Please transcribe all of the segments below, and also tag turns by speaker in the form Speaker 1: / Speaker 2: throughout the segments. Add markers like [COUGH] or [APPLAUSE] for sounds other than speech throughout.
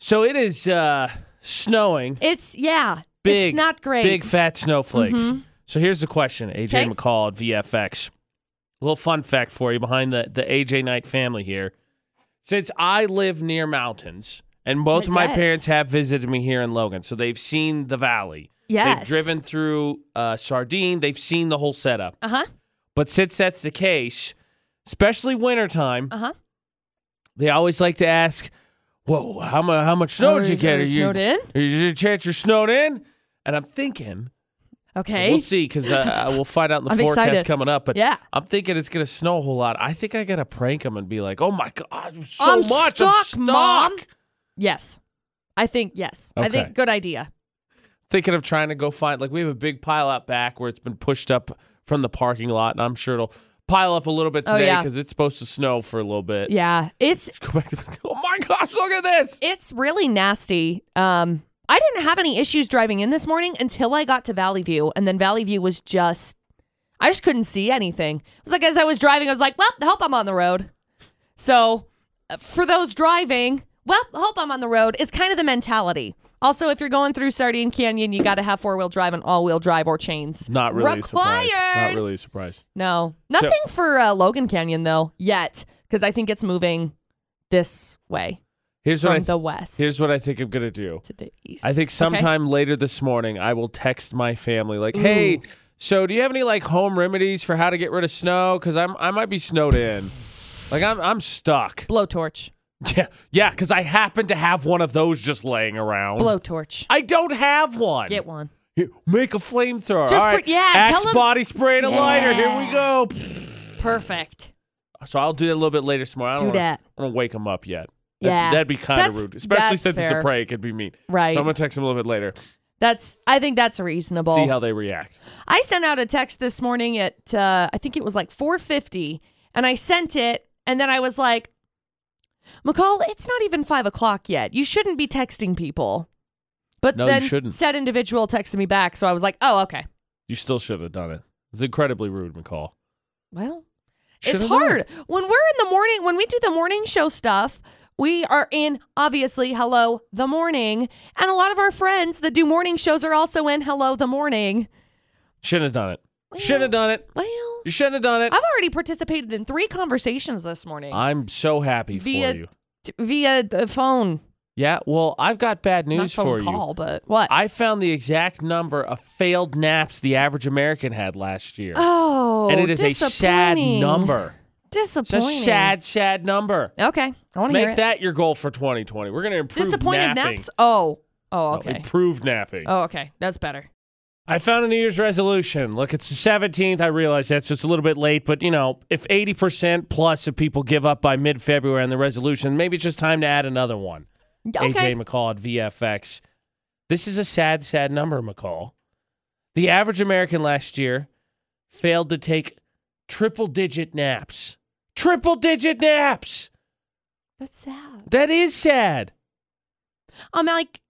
Speaker 1: So it is uh, snowing.
Speaker 2: It's yeah.
Speaker 1: Big,
Speaker 2: It's not great. Mm-hmm.
Speaker 1: Big fat snowflakes. So here's the question, AJ
Speaker 2: Okay.
Speaker 1: McCall at VFX. A little fun fact for you behind the, the AJ Knight family here. Since I live near mountains, and both of my
Speaker 2: Yes.
Speaker 1: parents have visited me here in Logan, so they've seen the valley.
Speaker 2: yes.
Speaker 1: They've driven through uh, Sardine. They've seen the whole setup.
Speaker 2: Uh huh.
Speaker 1: But since that's the case, especially wintertime,
Speaker 2: Uh huh.
Speaker 1: they always like to ask, "Whoa, how much how much snow
Speaker 2: Oh,
Speaker 1: did you
Speaker 2: is
Speaker 1: get?
Speaker 2: it snowed in?"
Speaker 1: Are you, is there a chance you're snowed in?" And I'm thinking,
Speaker 2: Okay.
Speaker 1: we'll see because
Speaker 2: [LAUGHS]
Speaker 1: uh, we'll find out in the
Speaker 2: I'm
Speaker 1: forecast
Speaker 2: excited.
Speaker 1: coming up. But
Speaker 2: Yeah.
Speaker 1: I'm thinking it's gonna snow a whole lot. I think I gotta prank them and be like, "Oh my god, so
Speaker 2: I'm
Speaker 1: much, I'm
Speaker 2: stuck, Mom."
Speaker 1: stuck."
Speaker 2: Yes. I think yes. I
Speaker 1: Okay.
Speaker 2: think good idea.
Speaker 1: Thinking of trying to go find like we have a big pile out back where it's been pushed up from the parking lot, and I'm sure it'll pile up a little bit
Speaker 2: Oh,
Speaker 1: today
Speaker 2: yeah.
Speaker 1: because it's supposed to snow for a little bit.
Speaker 2: Yeah. It's
Speaker 1: [LAUGHS] Go back to oh my gosh, look at this.
Speaker 2: it's really nasty. Um I didn't have any issues driving in this morning until I got to Valley View and then Valley View was just I just couldn't see anything. It was like as I was driving I was like, "Well, hope I'm on the road." So, uh, for those driving, well, hope I'm on the road is kind of the mentality. Also, if you're going through Sardine Canyon, you got to have four-wheel drive and all-wheel drive or chains.
Speaker 1: Not really a surprise. Not
Speaker 2: Required.
Speaker 1: really a surprise.
Speaker 2: No, nothing for uh, Logan Canyon though yet, because I think it's moving this way
Speaker 1: Here's what I
Speaker 2: from
Speaker 1: th-
Speaker 2: the west
Speaker 1: here's what I think I'm gonna do.
Speaker 2: to the east.
Speaker 1: I think
Speaker 2: Okay.
Speaker 1: sometime later this morning I will text my family like, hey, so do you have any like home remedies for how to get rid of snow? Because I'm I might be snowed in. Like I'm I'm stuck. [LAUGHS]
Speaker 2: blowtorch,
Speaker 1: Yeah, yeah. Because I happen to have one of those just laying around.
Speaker 2: blowtorch,
Speaker 1: I don't have one.
Speaker 2: get one.
Speaker 1: Here, Make a flamethrower.
Speaker 2: Just
Speaker 1: All right.
Speaker 2: put- yeah,
Speaker 1: Axe
Speaker 2: tell 'em-
Speaker 1: body spray and a lighter. Here we go.
Speaker 2: Perfect.
Speaker 1: So I'll do that a little bit later tomorrow. I
Speaker 2: Do
Speaker 1: don't wanna,
Speaker 2: that.
Speaker 1: I don't wake him up yet. That-
Speaker 2: Yeah,
Speaker 1: that'd be kind of
Speaker 2: That's-
Speaker 1: rude, especially
Speaker 2: that's
Speaker 1: since it's a
Speaker 2: fair.
Speaker 1: prank. It'd be mean.
Speaker 2: Right.
Speaker 1: So I'm gonna text him a little bit later.
Speaker 2: That's. I think that's reasonable.
Speaker 1: See how they react.
Speaker 2: I sent out a text this morning at uh, I think it was like 4:50, and I sent it, and then I was like, McCall, it's not even five o'clock yet. You shouldn't be texting people. But
Speaker 1: No, you
Speaker 2: then
Speaker 1: shouldn't.
Speaker 2: said individual texted me back, so I was like, oh okay.
Speaker 1: You still should have done it. It's incredibly rude, McCall.
Speaker 2: Well,
Speaker 1: Should've
Speaker 2: it's
Speaker 1: known.
Speaker 2: hard when we're in the morning when we do the morning show stuff. We are in obviously hello the morning, and a lot of our friends that do morning shows are also in hello the morning.
Speaker 1: Shouldn't have done it. Shouldn't have done it.
Speaker 2: Well,
Speaker 1: You shouldn't have done it.
Speaker 2: I've already participated in three conversations this morning.
Speaker 1: I'm so happy
Speaker 2: via
Speaker 1: for you.
Speaker 2: t- via the phone,
Speaker 1: Yeah, well, I've got bad
Speaker 2: not
Speaker 1: news
Speaker 2: phone
Speaker 1: for
Speaker 2: call,
Speaker 1: you.
Speaker 2: but what?
Speaker 1: I found the exact number of failed naps the average American had last year.
Speaker 2: oh,
Speaker 1: and it is a sad
Speaker 2: disappointing.
Speaker 1: number. It's a
Speaker 2: Disappointing.
Speaker 1: sad, sad number.
Speaker 2: Okay, I want to hear
Speaker 1: Make
Speaker 2: it.
Speaker 1: that your goal for 2020. We're going to improve
Speaker 2: Disappointed
Speaker 1: napping.
Speaker 2: naps. Oh, oh,
Speaker 1: No,
Speaker 2: okay.
Speaker 1: Improve napping.
Speaker 2: Oh, okay. That's better.
Speaker 1: I found a New Year's resolution. Look, it's the 17th. I realize that, so it's a little bit late, but you know, if 80% plus of people give up by mid February on the resolution, maybe it's just time to add another one.
Speaker 2: Okay.
Speaker 1: AJ McCall at VFX. This is a sad, sad number, McCall. The average American last year failed to take triple digit naps. Triple digit naps!
Speaker 2: That's sad.
Speaker 1: That is sad.
Speaker 2: I'm like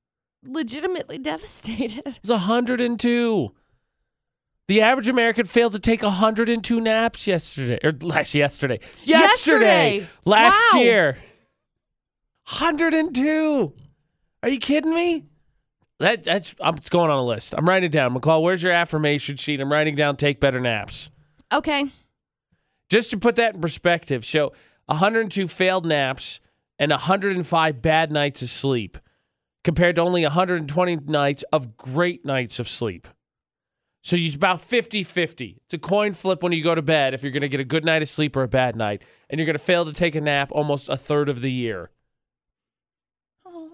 Speaker 2: legitimately [LAUGHS] devastated.
Speaker 1: It's 102. The average American failed to take 102 naps yesterday, or last yesterday, yesterday,
Speaker 2: Yesterday.
Speaker 1: last
Speaker 2: Wow.
Speaker 1: year. 102. Are you kidding me? That, that's I'm it's going on a list. I'm writing it down. McCall, where's your affirmation sheet? I'm writing down take better naps.
Speaker 2: Okay.
Speaker 1: Just to put that in perspective. So 102 failed naps and 105 bad nights of sleep compared to only 120 nights of great nights of sleep. So you about 50-50. It's a coin flip when you go to bed if you're going to get a good night of sleep or a bad night and you're going to fail to take a nap almost a third of the year.
Speaker 2: Oh.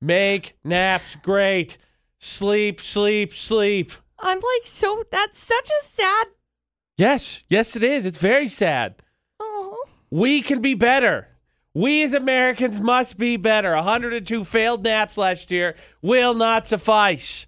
Speaker 1: Make naps great. Sleep, sleep, sleep.
Speaker 2: I'm like so that's such a sad
Speaker 1: Yes, yes it is. It's very sad.
Speaker 2: oh
Speaker 1: We can be better. We as Americans must be better. 102 failed naps last year will not suffice.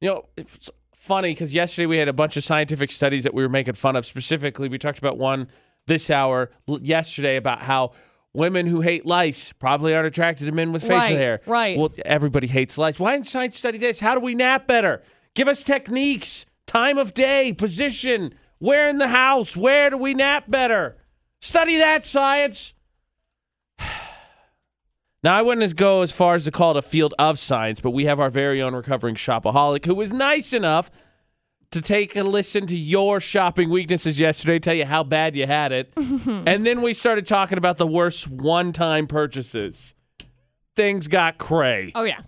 Speaker 1: You know, it's funny because yesterday we had a bunch of scientific studies that we were making fun of. Specifically, we talked about one this hour l- yesterday about how women who hate lice probably aren't attracted to men with facial
Speaker 2: Right,
Speaker 1: hair.
Speaker 2: right.
Speaker 1: Well, everybody hates lice. Why didn't science study this? How do we nap better? Give us techniques, time of day, position, where in the house, where do we nap better? Study that science. Now, I wouldn't as go as far as to call it a field of science, but we have our very own recovering shopaholic who was nice enough to take a listen to your shopping weaknesses yesterday, tell you how bad you had
Speaker 2: [LAUGHS]
Speaker 1: it. and then we started talking about the worst one time purchases. Things got
Speaker 2: [LAUGHS]
Speaker 1: cray.
Speaker 2: Oh yeah.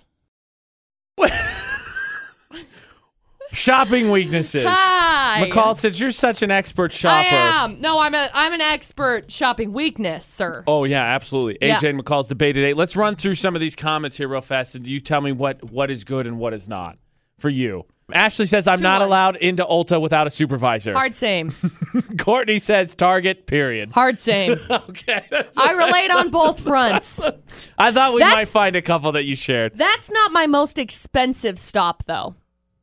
Speaker 1: Shopping weaknesses.
Speaker 2: Hi.
Speaker 1: McCall, since you're such an expert
Speaker 2: I
Speaker 1: shopper.
Speaker 2: am. No, I'm a I'm an expert shopping weakness, sir.
Speaker 1: Oh yeah, absolutely.
Speaker 2: Yeah.
Speaker 1: AJ and McCall's debate today. Let's run through some of these comments here real fast, and you tell me what what is good and what is not for you. Ashley says I'm
Speaker 2: Two
Speaker 1: not
Speaker 2: ones.
Speaker 1: allowed into Ulta without a supervisor.
Speaker 2: Hard same.
Speaker 1: [LAUGHS] Courtney says Target. Period. [LAUGHS]
Speaker 2: Hard same.
Speaker 1: Okay.
Speaker 2: I relate on both fronts.
Speaker 1: I thought we might
Speaker 2: That's-
Speaker 1: find a couple that you shared.
Speaker 2: That's not my most expensive stop though.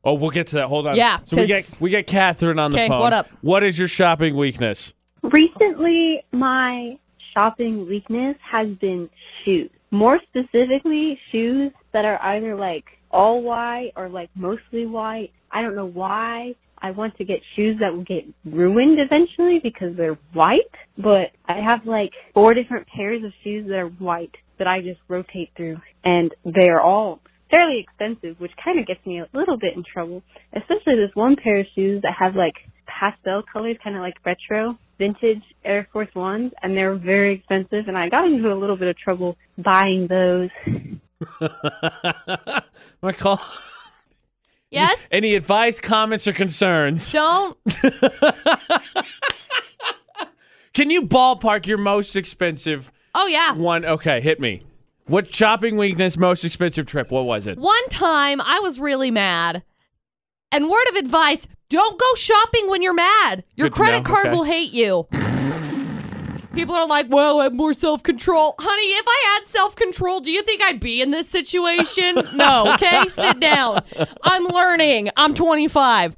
Speaker 1: Oh, we'll get to that. Hold on.
Speaker 2: Yeah,
Speaker 1: So we get
Speaker 2: 'cause-
Speaker 1: we get Catherine on the
Speaker 2: Okay,
Speaker 1: phone.
Speaker 2: what up?
Speaker 1: What is your shopping weakness? [LAUGHS]
Speaker 3: Recently, my shopping weakness has been shoes. More specifically, shoes that are either like all white or like mostly white. I don't know why. I want to get shoes that will get ruined eventually because they're white, but I have like four different pairs of shoes that are white that I just rotate through and they are all fairly expensive, which kind of gets me a little bit in trouble, especially this one pair of shoes that have like pastel colors, kind of like retro vintage Air Force Ones, and they're very expensive. And I got into a little bit of trouble buying those.
Speaker 1: McCall.
Speaker 2: Yes?
Speaker 1: Any advice, comments, or concerns?
Speaker 2: Don't
Speaker 1: Can you ballpark your most expensive?
Speaker 2: Oh yeah.
Speaker 1: One. Okay, hit me. What shopping weakness? Most expensive trip? What was it?
Speaker 2: One time I was really mad. And word of advice, don't go shopping when you're mad. Your
Speaker 1: Good to
Speaker 2: credit
Speaker 1: know,
Speaker 2: card
Speaker 1: okay.
Speaker 2: will hate you. People are like, well, I have more self control. Honey, if I had self control, do you think I'd be in this situation?
Speaker 1: [LAUGHS]
Speaker 2: no, okay? Sit down. I'm learning. I'm 25.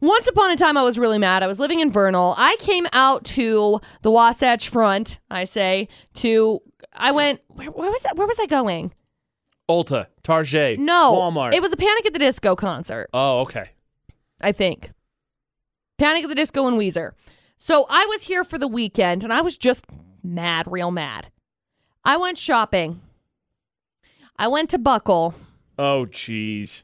Speaker 2: Once upon a time, I was really mad. I was living in Vernal. I came out to the Wasatch Front, I say, to. I went, where, where was I, where was I going?
Speaker 1: Ulta, Target,
Speaker 2: No,
Speaker 1: Walmart.
Speaker 2: It was a Panic at the Disco concert,
Speaker 1: oh, okay.
Speaker 2: I think. Panic at the Disco and Weezer. So I was here for the weekend, and I was just mad, real mad. I went shopping. I went to Buckle.
Speaker 1: Oh, jeez.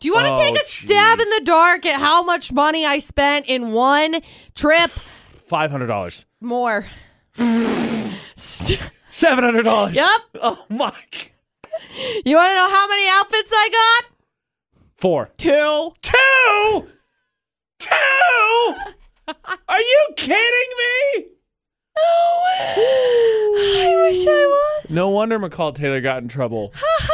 Speaker 2: Do you want to
Speaker 1: Oh,
Speaker 2: take a stab
Speaker 1: jeez.
Speaker 2: in the dark at how much money I spent in one trip?
Speaker 1: Five hundred dollars.
Speaker 2: More. [LAUGHS]
Speaker 1: Seven hundred dollars.
Speaker 2: Yep.
Speaker 1: [LAUGHS] Oh my. g-
Speaker 2: You want to know how many outfits I got?
Speaker 1: Four.
Speaker 2: Two.
Speaker 1: Two.
Speaker 2: [LAUGHS]
Speaker 1: Two. Are you kidding me?
Speaker 2: I wish I was.
Speaker 1: No wonder McCall Taylor got in trouble.
Speaker 2: [LAUGHS]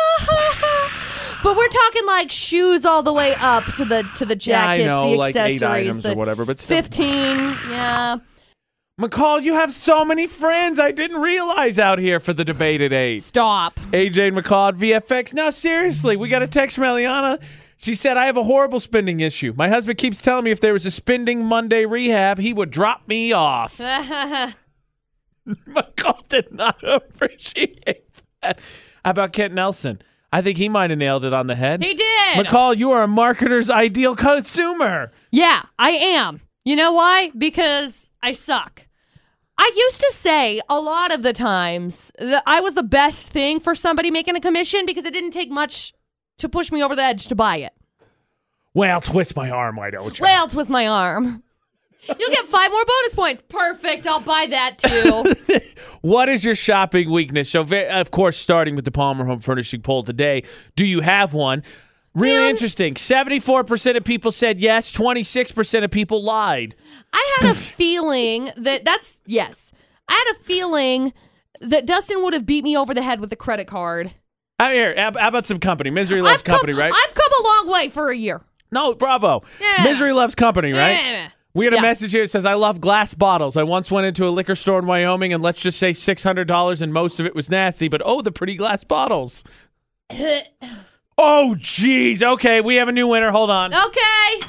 Speaker 2: But we're talking like shoes all the way up to the to the
Speaker 1: yeah, I
Speaker 2: jackets,
Speaker 1: know,
Speaker 2: the
Speaker 1: like
Speaker 2: accessories,
Speaker 1: eight items
Speaker 2: the
Speaker 1: or whatever, but still.
Speaker 2: fifteen. Yeah,
Speaker 1: McCall, you have so many friends. I didn't realize out here for the debate at eight.
Speaker 2: [LAUGHS] stop.
Speaker 1: AJ and McCall at VFX. Now, seriously, we got a text from Eliana. She said, I have a horrible spending issue. My husband keeps telling me if there was a spending Monday rehab, he would drop me off. [LAUGHS]
Speaker 2: That's
Speaker 1: McCall did not [LAUGHS] appreciate that. How about Kent Nelson? I think he might have nailed it on the head.
Speaker 2: He did.
Speaker 1: McCall, you are a marketer's ideal consumer.
Speaker 2: Yeah, I am. You know why? Because I suck. I used to say a lot of the times that I was the best thing for somebody making a commission because it didn't take much to push me over the edge to buy it.
Speaker 1: Well, twist my arm, why don't you?
Speaker 2: Well, twist my arm. You'll get five more bonus points. Perfect. I'll buy that too.
Speaker 1: What is your shopping weakness? So, ve- of course, starting with the Palmer Home Furnishing poll today, do you have one? Really interesting. 74% of people said yes, 26% of people lied.
Speaker 2: I
Speaker 1: [LAUGHS]
Speaker 2: had a feeling that that's yes. I had a feeling that Dustin would have beat me over the head with a credit card.
Speaker 1: Out Uh, here, how how about some company? Misery loves company,
Speaker 2: come,
Speaker 1: right?
Speaker 2: I've come a long way for a year.
Speaker 1: no, bravo.
Speaker 2: Yeah.
Speaker 1: Misery loves company, right?
Speaker 2: Yeah.
Speaker 1: We had a
Speaker 2: Yeah.
Speaker 1: message here that says, I love glass bottles. I once went into a liquor store in Wyoming and let's just say $600 and most of it was nasty, but oh, the pretty glass
Speaker 2: [LAUGHS]
Speaker 1: bottles. oh, jeez. Okay, we have a new winner. Hold on.
Speaker 2: Okay.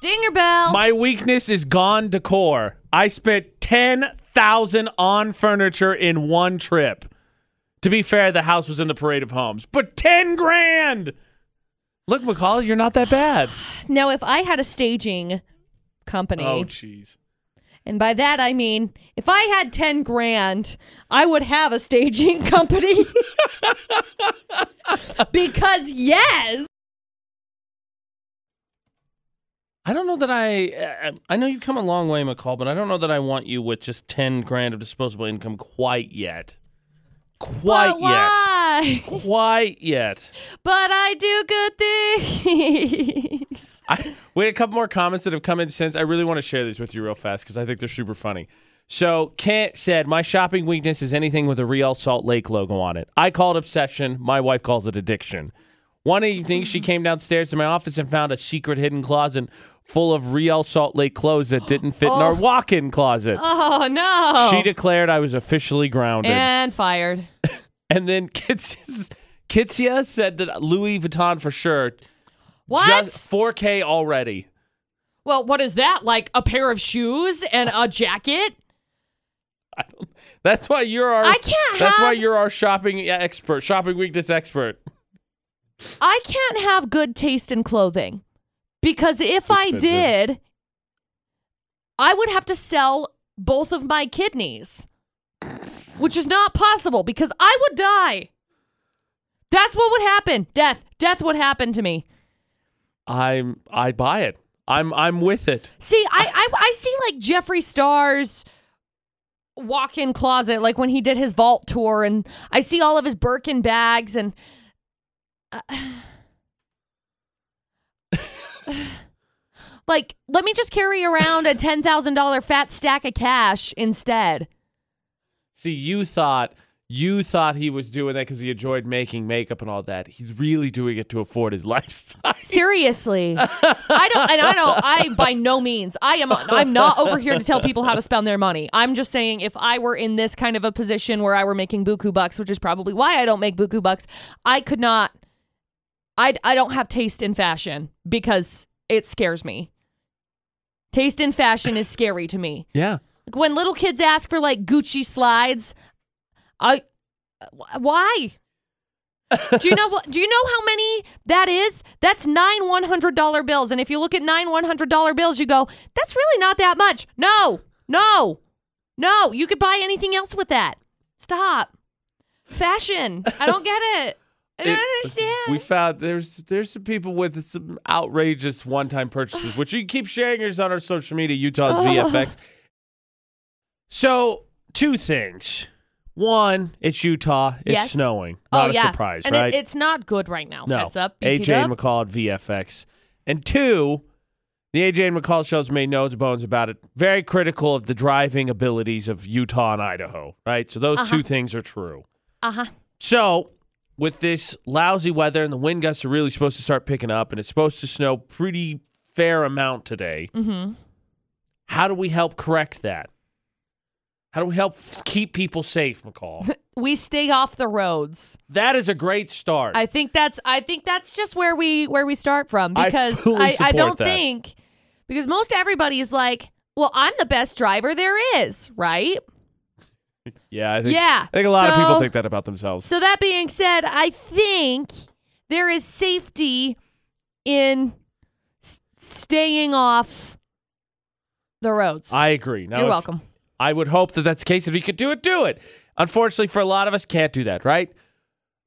Speaker 2: Dinger bell.
Speaker 1: My weakness is gone decor. I spent 10,000 on furniture in one trip. To be fair, the house was in the parade of homes, but 10 grand. Look, McCall,
Speaker 2: [SIGHS]
Speaker 1: you're not that bad.
Speaker 2: now, if I had a staging company
Speaker 1: Oh, jeez.
Speaker 2: And by that, I mean, if I had 10 grand, I would have a staging [LAUGHS] company. because, yes.
Speaker 1: I don't know that I. I- I know you've come a long way, McCall, but I don't know that I want you with just ten grand of disposable income quite yet. Quite
Speaker 2: but why?
Speaker 1: yet. Quite yet.
Speaker 2: But I do good things.
Speaker 1: I, we had a couple more comments that have come in since. I really want to share these with you real fast because I think they're super funny. So Kent said, "My shopping weakness is anything with a Real Salt Lake logo on it. I call it obsession. My wife calls it addiction." One evening, she came downstairs to my office and found a secret hidden closet full of Real Salt Lake clothes that didn't fit in our walk-in closet.
Speaker 2: Oh, no.
Speaker 1: She declared I was officially grounded.
Speaker 2: and
Speaker 1: [LAUGHS]
Speaker 2: fired.
Speaker 1: and then Kitsia, Kitsia said that Louis Vuitton for sure.
Speaker 2: What?
Speaker 1: Just 4K already.
Speaker 2: well, what is that? Like a pair of shoes and a jacket?
Speaker 1: [LAUGHS] That's why you're our.
Speaker 2: I can't
Speaker 1: That's why
Speaker 2: have-
Speaker 1: you're our shopping expert, shopping weakness expert.
Speaker 2: I can't have good taste in clothing because if I
Speaker 1: Expensive.
Speaker 2: did, I would have to sell both of my kidneys, which is not possible because I would die. That's what would happen. Death. Death would happen to me.
Speaker 1: I'm. I buy it. I'm. I'm with it.
Speaker 2: See, I I, I see like Jeffree Star's walk-in closet, like when he did his vault tour, and I see all of his Birkin bags, and uh, [SIGHS] like, let me just carry around a ten thousand dollar fat stack of cash instead.
Speaker 1: See, you thought you thought he was doing that because he enjoyed making makeup and all that. He's really doing it to afford his [LAUGHS] lifestyle.
Speaker 2: Seriously, I don't, and I don't. I by no means. I am. I'm not over here to tell people how to spend their money. I'm just saying, if I were in this kind of a position where I were making buku bucks, which is probably why I don't make buku bucks, I could not. I I don't have taste in fashion because it scares me. Taste in fashion is scary to me.
Speaker 1: Yeah.
Speaker 2: Like when little kids ask for like Gucci slides, I wh-
Speaker 1: [LAUGHS]
Speaker 2: why? do you know what? Do you know how many that is? That's nine one hundred dollar bills, and if you look at nine one hundred dollar bills, you go, "That's really not that much." No, no, no. You could buy anything else with that. Stop. Fashion. I don't get it. I don't
Speaker 1: It-
Speaker 2: understand.
Speaker 1: We found there's there's some people with some outrageous one-time purchases, which you keep sharing yours on our social media, Utah's
Speaker 2: Oh.
Speaker 1: VFX. So two things. One, it's Utah. It's
Speaker 2: Yes.
Speaker 1: snowing.
Speaker 2: oh
Speaker 1: Not a
Speaker 2: yeah,
Speaker 1: surprise,
Speaker 2: and it-
Speaker 1: right?
Speaker 2: it's not good right now.
Speaker 1: no.
Speaker 2: Heads up, BT
Speaker 1: AJ
Speaker 2: up.
Speaker 1: McCall at VFX. And two, the AJ and McCall show's made no bones about it. Very critical of the driving abilities of Utah and Idaho, right? So those
Speaker 2: Uh-huh.
Speaker 1: two things are true.
Speaker 2: uh huh.
Speaker 1: So, with this lousy weather and the wind gusts are really supposed to start picking up, and it's supposed to snow pretty fair amount today.
Speaker 2: Mm-hmm.
Speaker 1: How do we help correct that? How do we help f- keep people safe,
Speaker 2: [LAUGHS]
Speaker 1: McCall?
Speaker 2: We stay off the roads.
Speaker 1: that is a great start.
Speaker 2: I think that's I think that's just where we where we start from
Speaker 1: I
Speaker 2: because
Speaker 1: fully
Speaker 2: I, I
Speaker 1: support
Speaker 2: don't
Speaker 1: that.
Speaker 2: think because most everybody is like, well, I'm the best driver there is, right?
Speaker 1: yeah, I
Speaker 2: Yeah,
Speaker 1: I think a lot of people
Speaker 2: so-
Speaker 1: think that about themselves.
Speaker 2: So that being said, I think there is safety in s- staying off the roads.
Speaker 1: I agree. Now,
Speaker 2: You're
Speaker 1: if-
Speaker 2: welcome.
Speaker 1: I would hope that that's the case. If you could do it, do it. Unfortunately, for a lot of us, can't do that, right?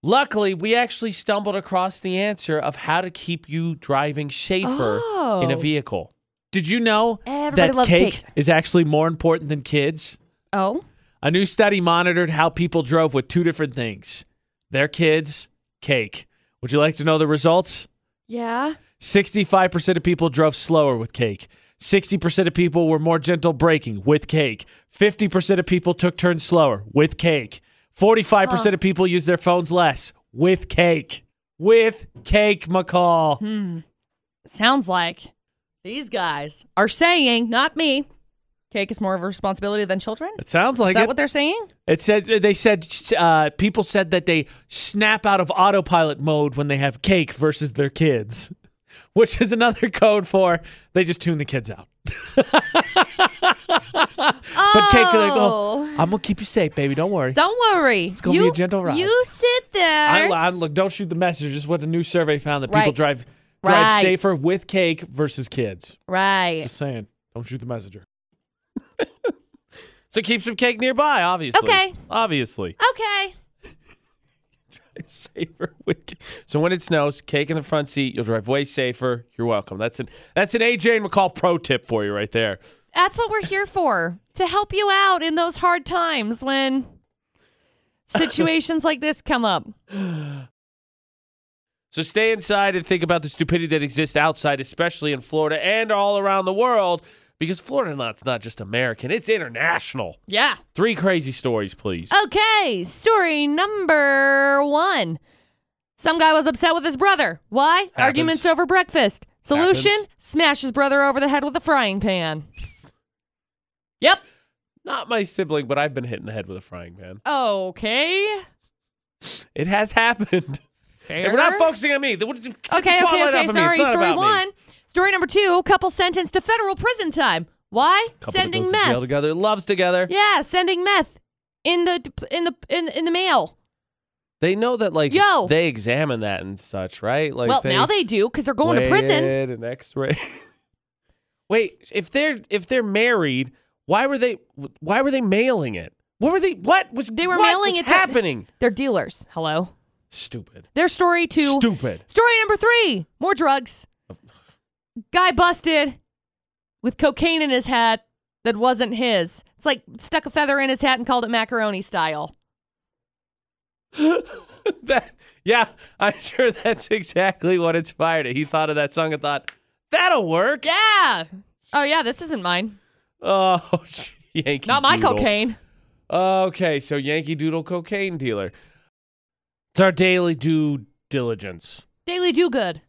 Speaker 1: Luckily, we actually stumbled across the answer of how to keep you driving safer in a
Speaker 2: Oh.
Speaker 1: vehicle. Did you know
Speaker 2: Everybody
Speaker 1: that
Speaker 2: loves
Speaker 1: cake,
Speaker 2: cake.
Speaker 1: is actually more important than kids?
Speaker 2: Oh,
Speaker 1: A new study monitored how people drove with two different things their kids, cake. Would you like to know the results?
Speaker 2: yeah.
Speaker 1: 65% of people drove slower with cake. 60% of people were more gentle braking with cake. 50% of people took turns slower with cake. 45% of people used their phones less with cake. With cake, McCall.
Speaker 2: Hmm. sounds like these guys are saying, not me. Cake is more of a responsibility than children.
Speaker 1: It sounds like
Speaker 2: is that
Speaker 1: it.
Speaker 2: what they're saying?
Speaker 1: it said they said uh, people said that they snap out of autopilot mode when they have cake versus their kids, [LAUGHS] which is another [LAUGHS] code for they just tune the kids out.
Speaker 2: Oh.
Speaker 1: But cake, they're like, oh, I'm gonna keep you safe, baby. Don't worry.
Speaker 2: Don't worry. It's
Speaker 1: gonna be a gentle ride.
Speaker 2: You sit there.
Speaker 1: I, I look. Don't shoot the messenger. Just what a new survey found that people
Speaker 2: Right.
Speaker 1: drive drive
Speaker 2: Right.
Speaker 1: safer with cake versus kids.
Speaker 2: right.
Speaker 1: Just saying. Don't shoot the messenger. [LAUGHS] So keep some cake nearby, obviously.
Speaker 2: Okay. [LAUGHS]
Speaker 1: Obviously.
Speaker 2: Okay.
Speaker 1: safer. with- So when it snows, cake in the front seat. You'll drive way safer. You're welcome. That's an that's an AJ and McCall pro tip for you right there.
Speaker 2: That's what we're here for to help you out in those hard times when situations like this come up.
Speaker 1: So stay inside and think about the stupidity that exists outside, especially in Florida and all around the world, because Florida not's not just American; it's international.
Speaker 2: Yeah.
Speaker 1: Three crazy stories, please.
Speaker 2: Oh. Okay, story number one. Some guy was upset with his brother. Why? Arguments over breakfast. Solution:
Speaker 1: Happens.
Speaker 2: smash his brother over the head with a frying pan. Yep.
Speaker 1: Not my sibling, but I've been hit in the head with a frying pan.
Speaker 2: Okay.
Speaker 1: It has happened. [LAUGHS]
Speaker 2: Fair.
Speaker 1: If we're not focusing on me, then what- put the
Speaker 2: okay,
Speaker 1: spotlight
Speaker 2: okay,
Speaker 1: up on
Speaker 2: okay.
Speaker 1: me.
Speaker 2: Sorry.
Speaker 1: It's not
Speaker 2: Story
Speaker 1: about me.
Speaker 2: one. Story number two. Couple sentenced to federal prison time. Why?
Speaker 1: Couple that
Speaker 2: sending
Speaker 1: goes to jail
Speaker 2: meth.
Speaker 1: together, loves together.
Speaker 2: Yeah, sending meth in the in the in, in the mail.
Speaker 1: They know that, like,
Speaker 2: Yo.
Speaker 1: they examine that and such, right? Like,
Speaker 2: well, now they do because they're going to prison.
Speaker 1: weigh it and X-ray. [LAUGHS] Wait, if they're if they're married, why were they why were they mailing it? What were they? What was
Speaker 2: They were
Speaker 1: what
Speaker 2: mailing
Speaker 1: was
Speaker 2: it to-
Speaker 1: Happening.
Speaker 2: They're dealers. Hello.
Speaker 1: Stupid.
Speaker 2: Their story two.
Speaker 1: Stupid.
Speaker 2: Story number three more drugs. Guy busted with cocaine in his hat that wasn't his. It's like stuck a feather in his hat and called it macaroni style.
Speaker 1: [LAUGHS] that, yeah, I'm sure that's exactly what inspired it. He thought of that song and thought that'll work.
Speaker 2: Yeah. Oh, yeah, this isn't mine.
Speaker 1: Oh, [LAUGHS] gee, Yankee.
Speaker 2: Not my
Speaker 1: Doodle.
Speaker 2: cocaine.
Speaker 1: Okay, so Yankee Doodle cocaine dealer. It's our daily due diligence.
Speaker 2: Daily do good.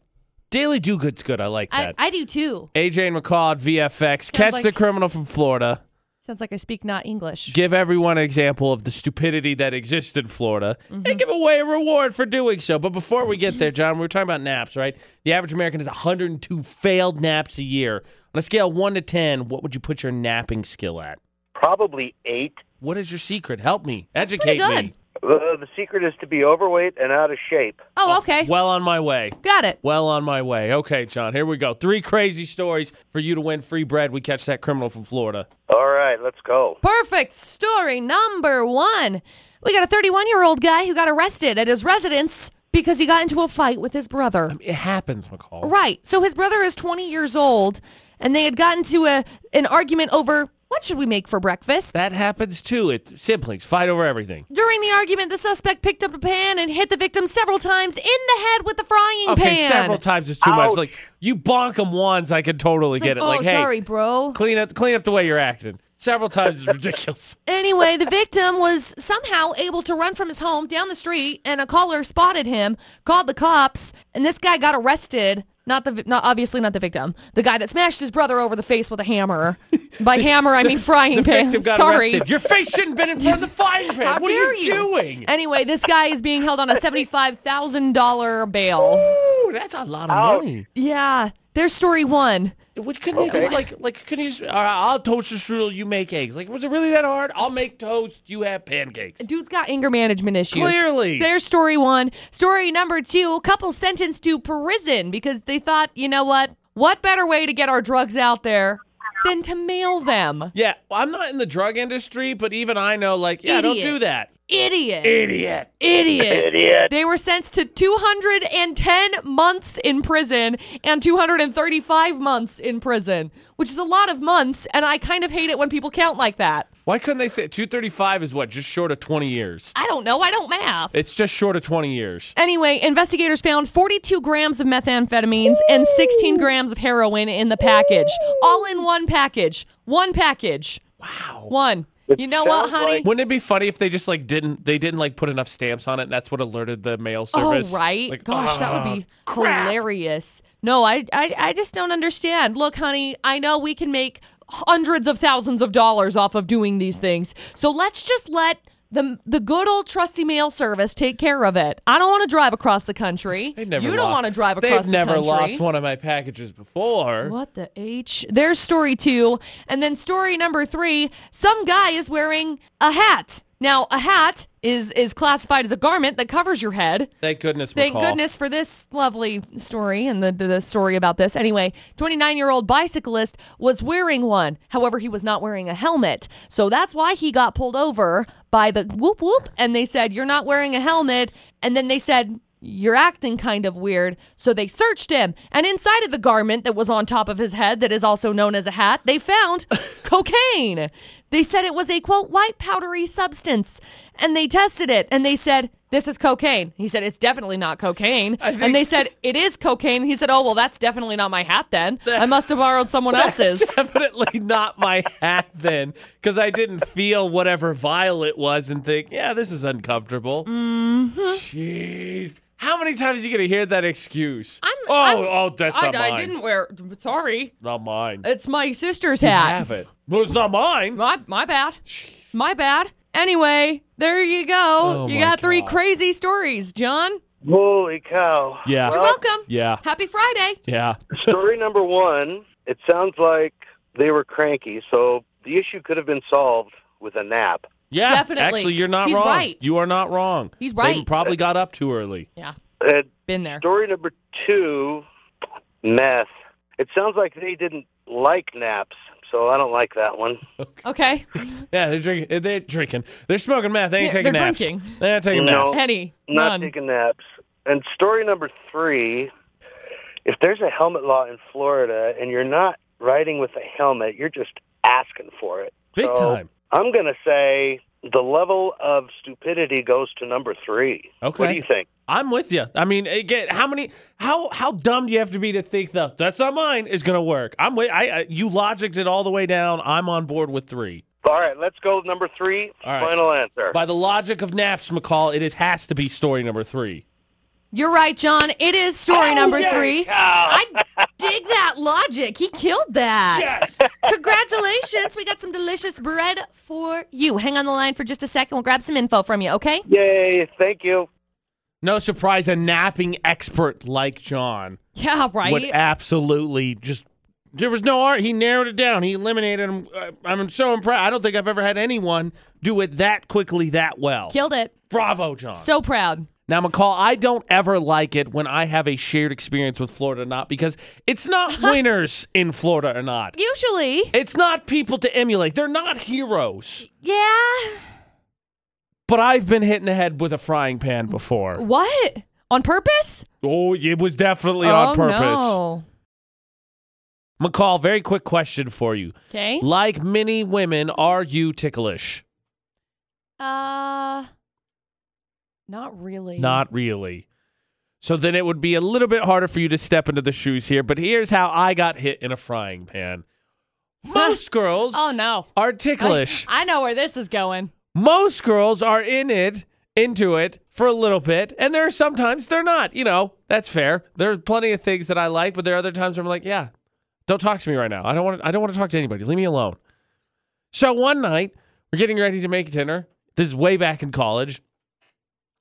Speaker 1: Daily do good's good. I like
Speaker 2: I,
Speaker 1: that.
Speaker 2: I do too.
Speaker 1: AJ and McCall at VFX. Catch
Speaker 2: like-
Speaker 1: the criminal from Florida.
Speaker 2: Sounds like I speak not English.
Speaker 1: Give everyone an example of the stupidity that exists in Florida and give away a reward for doing so. But before we get there, John, we were talking about naps, right? The average American has 102 failed naps a year. On a scale of 1 to 10, what would you put your napping skill at?
Speaker 4: Probably eight.
Speaker 1: What is your secret? Help me. Educate
Speaker 2: pretty
Speaker 1: me.
Speaker 2: good.
Speaker 4: Uh, the secret is to be overweight and out of shape.
Speaker 2: oh, okay.
Speaker 1: Well on my way.
Speaker 2: Got it.
Speaker 1: Well on my way. Okay, John, here we go. Three crazy stories for you to win free bread. We catch that criminal from Florida.
Speaker 4: All right, let's go.
Speaker 2: Perfect story number one. We got a 31 year old guy who got arrested at his residence because he got into a fight with his brother.
Speaker 1: It happens, McCall.
Speaker 2: Right. So his brother is 20 years old, and they had gotten to a an argument over what should we make for breakfast.
Speaker 1: That happens too. It siblings fight over everything.
Speaker 2: During the argument, the suspect picked up a pan and hit the victim several times in the head with the frying
Speaker 1: Okay,
Speaker 2: pan.
Speaker 1: several times is too much.
Speaker 4: Ouch.
Speaker 1: Like you bonk them once, I could totally
Speaker 2: Like,
Speaker 1: get it.
Speaker 2: oh,
Speaker 1: Like, hey,
Speaker 2: sorry, bro.
Speaker 1: clean up, clean up the way you're acting. Several times is ridiculous.
Speaker 2: [LAUGHS] Anyway, the victim was somehow able to run from his home down the street, and a caller spotted him, called the cops, and this guy got arrested. Not the, vi- not obviously not the victim. The guy that smashed his brother over the face with a hammer.
Speaker 1: [LAUGHS]
Speaker 2: By hammer, I mean frying
Speaker 1: The
Speaker 2: pan.
Speaker 1: victim got
Speaker 2: Sorry.
Speaker 1: arrested. Your face shouldn't have been in front of the frying pan.
Speaker 2: How
Speaker 1: what
Speaker 2: dare
Speaker 1: are you, doing?
Speaker 2: Anyway, this guy is being held on a seventy-five thousand dollar bail.
Speaker 1: Ooh, that's a lot of
Speaker 4: Ouch.
Speaker 1: money.
Speaker 2: Yeah, there's story one.
Speaker 1: What couldn't you just like like couldn't you just all right, I'll toast your strudel, you make eggs. Like was it really that hard? I'll make toast, you have pancakes.
Speaker 2: Dude's got anger management issues.
Speaker 1: Clearly.
Speaker 2: There's story one. Story number two couple sentenced to prison because they thought, you know what? What better way to get our drugs out there than to mail them?
Speaker 1: Yeah, well, I'm not in the drug industry, but even I know like, yeah, don't
Speaker 2: Idiot.
Speaker 1: do that.
Speaker 2: Idiot.
Speaker 1: Idiot.
Speaker 2: Idiot.
Speaker 4: Idiot.
Speaker 2: They were sentenced to 210 months in prison and 235 months in prison, which is a lot of months, and I kind of hate it when people count like that.
Speaker 1: Why couldn't they say 235 is what just short of 20 years?
Speaker 2: I don't know. I don't math.
Speaker 1: It's just short of 20 years.
Speaker 2: Anyway, investigators found 42 grams of methamphetamines and 16 grams of heroin in the package, all in one package. One package. Wow. One. you know what,
Speaker 4: sounds
Speaker 2: honey?
Speaker 1: Wouldn't it be funny if they just like didn't they didn't like put enough stamps on it and that's what alerted the mail
Speaker 2: oh,
Speaker 1: service?
Speaker 2: right.
Speaker 1: Like, "Ah,
Speaker 2: Gosh, that would be hilarious. No, I, I, I just don't understand. Look, honey, I know we can make hundreds of thousands of dollars off of doing these things. So let's just let the the good old trusty mail service take care of it. I don't want to drive across the country.
Speaker 1: They never
Speaker 2: you don't
Speaker 1: lost-
Speaker 2: want to drive across
Speaker 1: They've
Speaker 2: the
Speaker 1: never
Speaker 2: country.
Speaker 1: lost one of my packages before.
Speaker 2: What the H? There's story two. And then story number three some guy is wearing a hat Now, a hat is is classified as a garment that covers your head.
Speaker 1: Thank goodness.
Speaker 2: Thank
Speaker 1: McCall.
Speaker 2: goodness for this lovely story and the, the story about this. Anyway, 29 year old bicyclist was wearing one. However, he was not wearing a helmet. So that's why he got pulled over by the whoop whoop. And they said, You're not wearing a helmet. And then they said, You're acting kind of weird. So they searched him. And inside of the garment that was on top of his head, that is also known as a hat, they found [LAUGHS] cocaine. They said it was a quote, white powdery substance. And they tested it and they said, this is cocaine. He said, it's definitely not cocaine. and they said, it is cocaine. He said, oh, well, that's definitely not my hat then. I must have
Speaker 1: [LAUGHS]
Speaker 2: borrowed someone else's.
Speaker 1: [LAUGHS] Definitely not my hat then, because I didn't feel whatever violet was and think, yeah, this is uncomfortable.
Speaker 2: Mm-hmm.
Speaker 1: Jeez. How many times are you going to hear that excuse?
Speaker 2: I'm-
Speaker 1: oh,
Speaker 2: I'm-
Speaker 1: oh, that's
Speaker 2: I,
Speaker 1: not mine.
Speaker 2: I didn't wear, sorry.
Speaker 1: Not mine.
Speaker 2: It's my sister's
Speaker 1: You
Speaker 2: hat.
Speaker 1: Have it. Well, it's not mine.
Speaker 2: My, my bad. My bad. Anyway, there you go.
Speaker 1: Oh,
Speaker 2: you
Speaker 1: my
Speaker 2: got three
Speaker 1: God.
Speaker 2: crazy stories, John.
Speaker 4: Holy cow.
Speaker 1: Yeah.
Speaker 2: You're welcome.
Speaker 1: Uh, Yeah.
Speaker 2: Happy Friday.
Speaker 1: Yeah.
Speaker 4: Story number one it sounds like they were cranky, so the issue could have been solved with a nap.
Speaker 1: Yeah.
Speaker 2: Definitely.
Speaker 1: Actually, you're not
Speaker 2: He's
Speaker 1: wrong.
Speaker 2: right.
Speaker 1: You are not wrong.
Speaker 2: He's
Speaker 1: They
Speaker 2: right.
Speaker 1: probably got up too early. [LAUGHS]
Speaker 2: Yeah,
Speaker 4: And
Speaker 2: been there.
Speaker 4: Uh, Story number two, meth. It sounds like they didn't like naps, so I don't like that one.
Speaker 2: Uh-huh.
Speaker 1: [LAUGHS]
Speaker 2: Okay.
Speaker 1: Yeah, they're drinking. They're drinking. They're smoking meth. They ain't
Speaker 2: They're-
Speaker 1: taking
Speaker 2: they're
Speaker 1: naps.
Speaker 2: drinking.
Speaker 1: They're not taking
Speaker 4: No.
Speaker 1: naps.
Speaker 2: Penny,
Speaker 4: Not
Speaker 2: none.
Speaker 4: taking naps. And story number three, if there's a helmet law in Florida and you're not riding with a helmet, you're just asking for it.
Speaker 1: Big
Speaker 4: So
Speaker 1: time.
Speaker 4: I'm going to say the level of stupidity goes to number three. What
Speaker 1: Okay.
Speaker 4: do you think?
Speaker 1: I'm with you. I mean, again, how many, how how dumb do you have to be to think though that's not mine is going to work? I'm with I, I you logicked it all the way down. I'm on board with three.
Speaker 4: All right, let's go with number three.
Speaker 1: All right.
Speaker 4: Final answer.
Speaker 1: By the logic of Naps, McCall, it is, has to be story number three.
Speaker 2: You're right, John. It is
Speaker 1: Oh,
Speaker 2: story number
Speaker 4: yes.
Speaker 2: three.
Speaker 1: [LAUGHS]
Speaker 2: I dig that logic. He killed that. Congratulations. We got some delicious bread for you. Hang on the line for just a second. We'll grab some info from you, okay?
Speaker 4: Yay, thank you.
Speaker 1: No surprise, a napping expert like John
Speaker 2: Yeah, right.
Speaker 1: would absolutely just. There was no art. He narrowed it down. He eliminated him. Uh, I'm so impressed. I don't think I've ever had anyone do it that quickly, that well.
Speaker 2: Killed it.
Speaker 1: Bravo, John.
Speaker 2: So proud.
Speaker 1: Now, McCall, I don't ever like it when I have a shared experience with Florida or not because it's
Speaker 2: [LAUGHS]
Speaker 1: not winners in Florida or not.
Speaker 2: Usually,
Speaker 1: It's not people to emulate. They're not heroes.
Speaker 2: yeah.
Speaker 1: But I've been hit in the head with a frying pan before.
Speaker 2: What? On purpose?
Speaker 1: Oh, it was definitely
Speaker 2: oh,
Speaker 1: on purpose.
Speaker 2: No.
Speaker 1: McCall, very quick question for you.
Speaker 2: Okay.
Speaker 1: Like many women, are you ticklish?
Speaker 2: Uh, not really.
Speaker 1: Not really. So then it would be a little bit harder for you to step into the shoes here. But here's how I got hit in a frying pan. Most girls
Speaker 2: Oh, no.
Speaker 1: are ticklish.
Speaker 2: I know where this is going.
Speaker 1: most girls are in it into it for a little bit and there are sometimes they're not you know that's fair there's plenty of things that i like but there are other times where i'm like yeah don't talk to me right now i don't want to, i don't want to talk to anybody leave me alone so one night we're getting ready to make dinner this is way back in college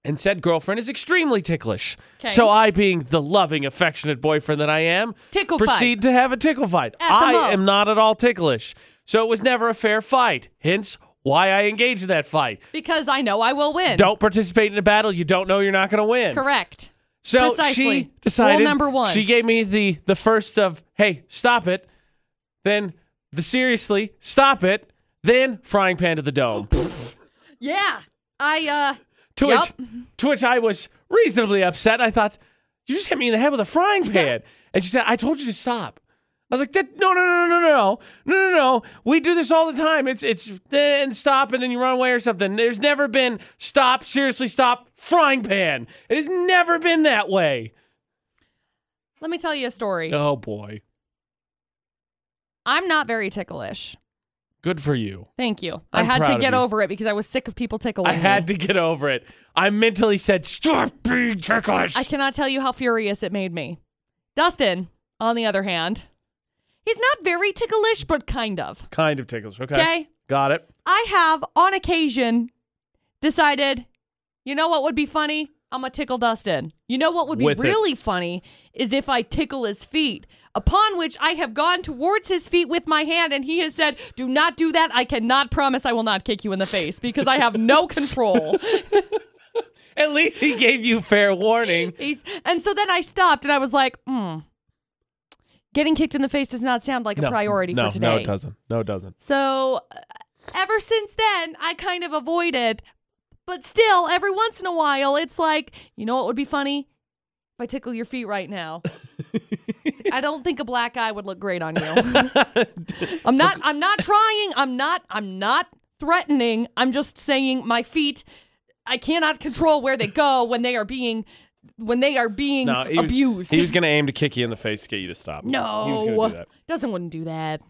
Speaker 1: and said girlfriend is extremely ticklish
Speaker 2: 'Kay.
Speaker 1: so i being the loving affectionate boyfriend that i am
Speaker 2: Tickle fight.
Speaker 1: proceed to have a tickle fight
Speaker 2: At the
Speaker 1: i
Speaker 2: Mo.
Speaker 1: am not at all ticklish so it was never a fair fight hence why i engaged in that fight
Speaker 2: Because I know I will win.
Speaker 1: don't participate in a battle you don't know you're not going to win.
Speaker 2: Correct.
Speaker 1: So
Speaker 2: Precisely.
Speaker 1: she decided.
Speaker 2: Rule number one.
Speaker 1: She gave me the the first of hey stop it, then the seriously stop it, then frying pan to the dome.
Speaker 2: Yeah. I uh
Speaker 1: to
Speaker 2: Yup.
Speaker 1: which to which I was reasonably upset. I thought you just hit me in the head with a frying pan, and she said I told you to stop. I was like, that, no, no, no, no, no, no, no, no, no. We do this all the time. It's it's then stop and then you run away or something. There's never been stop, seriously stop, frying pan. It has never been that way.
Speaker 2: let me tell you a story.
Speaker 1: Oh boy,
Speaker 2: I'm not very ticklish.
Speaker 1: good for you.
Speaker 2: Thank you. i
Speaker 1: I'm
Speaker 2: had
Speaker 1: proud
Speaker 2: to
Speaker 1: of
Speaker 2: get
Speaker 1: you.
Speaker 2: over it because I was sick of people tickling
Speaker 1: I had
Speaker 2: me.
Speaker 1: to get over it. I mentally said, stop being ticklish.
Speaker 2: I cannot tell you how furious it made me. Dustin, on the other hand, he's not very ticklish, but kind of.
Speaker 1: kind of ticklish. Okay,
Speaker 2: Okay.
Speaker 1: got it.
Speaker 2: I have on occasion decided, you know what would be funny? I'm gonna tickle Dustin. You know what would be
Speaker 1: With it.
Speaker 2: really funny is if I tickle his feet, upon which I have gone towards his feet with my hand, and he has said, "Do not do that. I cannot promise I will not kick you in the face because I have
Speaker 1: [LAUGHS]
Speaker 2: no control."
Speaker 1: At least he gave you fair warning.
Speaker 2: He's, and so then I stopped and I was like, "Hmm, getting kicked in the face does not sound like a priority
Speaker 1: no,
Speaker 2: for today."
Speaker 1: No, it doesn't. No, it doesn't.
Speaker 2: So uh, ever since then, I kind of avoid it. But still, every once in a while, it's like, you know what would be funny? If I tickle your feet
Speaker 1: [LAUGHS]
Speaker 2: right now. It's like, I don't think a black eye would look great on you. I'm not I'm not trying. I'm not I'm not threatening. I'm just saying my feet I cannot control where they go when they are being when they are being
Speaker 1: No, he was,
Speaker 2: abused.
Speaker 1: He was going to aim to kick you in the face to get you to stop. He was
Speaker 2: no.
Speaker 1: going to do that.
Speaker 2: Doesn't wouldn't do that.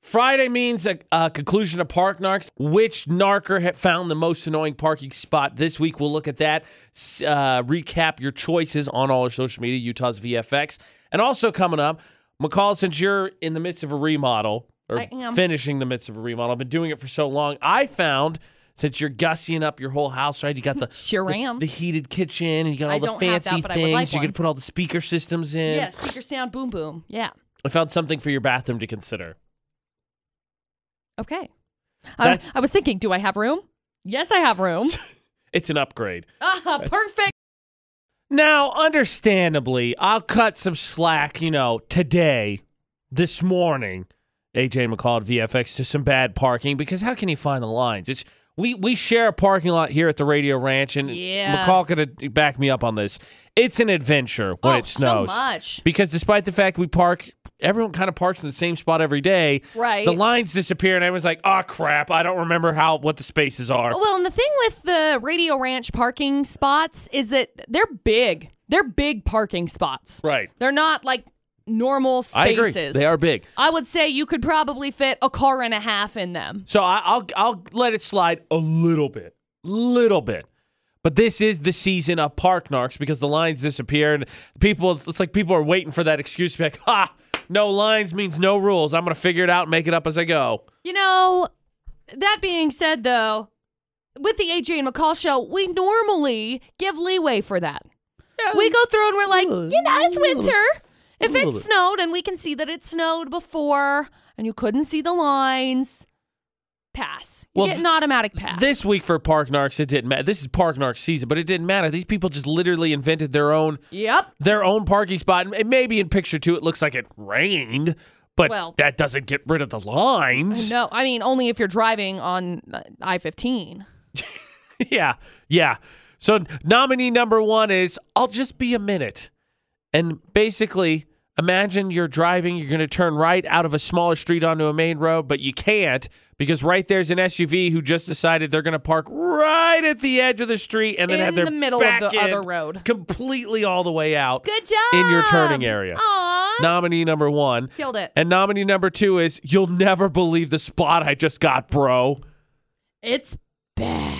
Speaker 1: Friday means a, a conclusion of Park Narks. Which narker had found the most annoying parking spot this week? We'll look at that. S- Uh, recap your choices on all our social media, Utah's VFX. And also coming up, McCall, since you're in the midst of a remodel or
Speaker 2: I am.
Speaker 1: finishing the midst of a remodel, I've been doing it for so long. I found since you're gussying up your whole house, right? You got the
Speaker 2: [LAUGHS] Sure
Speaker 1: the,
Speaker 2: am.
Speaker 1: the heated kitchen, and you got all
Speaker 2: I
Speaker 1: the
Speaker 2: don't have
Speaker 1: fancy
Speaker 2: that, but I would
Speaker 1: things.
Speaker 2: like
Speaker 1: you
Speaker 2: one.
Speaker 1: could put all the speaker systems in.
Speaker 2: Yeah, speaker sound boom boom. Yeah.
Speaker 1: I found something for your bathroom to consider.
Speaker 2: Okay. I,
Speaker 1: That-
Speaker 2: I was thinking, do I have room? Yes, I
Speaker 1: [LAUGHS]
Speaker 2: have room.
Speaker 1: It's an upgrade.
Speaker 2: ah, perfect.
Speaker 1: Now, understandably, I'll cut some slack, you know, today, this morning, AJ McCall at VFX to some bad parking because how can you find the lines? It's we we share a parking lot here at the Radio Ranch, and
Speaker 2: Yeah.
Speaker 1: McCall could back me up on this. It's an adventure when
Speaker 2: oh,
Speaker 1: it snows.
Speaker 2: so much.
Speaker 1: Because despite the fact we park, everyone kind of parks in the same spot every day.
Speaker 2: Right.
Speaker 1: The lines disappear, and everyone's like, "Oh crap! I don't remember how what the spaces are."
Speaker 2: Oh, Well, and the thing with the Radio Ranch parking spots is that they're big. They're big parking spots.
Speaker 1: Right.
Speaker 2: They're not like normal
Speaker 1: I
Speaker 2: spaces.
Speaker 1: agree. They are big.
Speaker 2: I would say you could probably fit a car and a half in them.
Speaker 1: So I, I'll I'll let it slide a little bit, little bit. But this is the season of park narks because the lines disappear and people. It's, it's like people are waiting for that excuse to be like, [LAUGHS] "Ha, no lines means no rules. I'm gonna figure it out, and make it up as I go."
Speaker 2: You know, that being said, though, with the AJ and McCall show, we normally give leeway for that. We go through and we're like, you know, it's winter. If it snowed and we can see that it snowed before and you couldn't see the lines, pass. You
Speaker 1: Well,
Speaker 2: get an automatic pass.
Speaker 1: This week for park narks, it didn't matter. This is park nark season, but it didn't matter. These people just literally invented their own
Speaker 2: Yep.
Speaker 1: their own parking spot. And maybe in picture two, it looks like it rained, but
Speaker 2: Well-
Speaker 1: that doesn't get rid of the lines.
Speaker 2: No, I mean, only if you're driving on uh, I 15.
Speaker 1: [LAUGHS] yeah, yeah. So nominee number one is I'll just be a minute. And basically, imagine you're driving, you're going to turn right out of a smaller street onto a main road, but you can't because right there's an SUV who just decided they're going to park right at the edge of the street and then
Speaker 2: In
Speaker 1: have their
Speaker 2: the middle of the
Speaker 1: back end
Speaker 2: other road.
Speaker 1: completely all the way out
Speaker 2: Good job.
Speaker 1: in your turning area.
Speaker 2: Aw.
Speaker 1: Nominee number one.
Speaker 2: Killed it.
Speaker 1: And nominee number two is you'll never believe the spot I just got, bro.
Speaker 2: It's bad.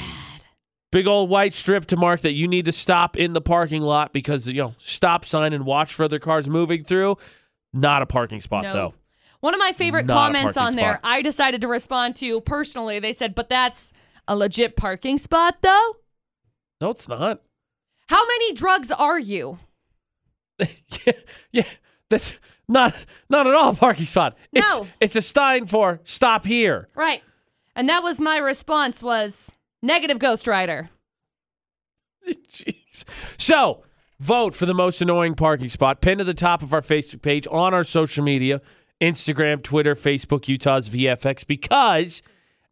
Speaker 1: big old white strip to mark that you need to stop in the parking lot because you know stop sign and watch for other cars moving through. Not a parking spot
Speaker 2: No.
Speaker 1: though.
Speaker 2: One of my favorite
Speaker 1: Not a
Speaker 2: comments
Speaker 1: parking
Speaker 2: on there,
Speaker 1: spot.
Speaker 2: I decided to respond to personally. They said, but that's a legit parking spot, though.
Speaker 1: No, it's not. [LAUGHS]
Speaker 2: How many drugs are you?
Speaker 1: yeah, yeah, that's not not at all a parking spot. It's,
Speaker 2: No.
Speaker 1: it's a sign for stop here.
Speaker 2: Right. And that was my response was negative Ghost Rider.
Speaker 1: [LAUGHS] Jeez. So, vote for the most annoying parking spot. Pin to the top of our Facebook page on our social media, Instagram, Twitter, Facebook, Utah's VFX, because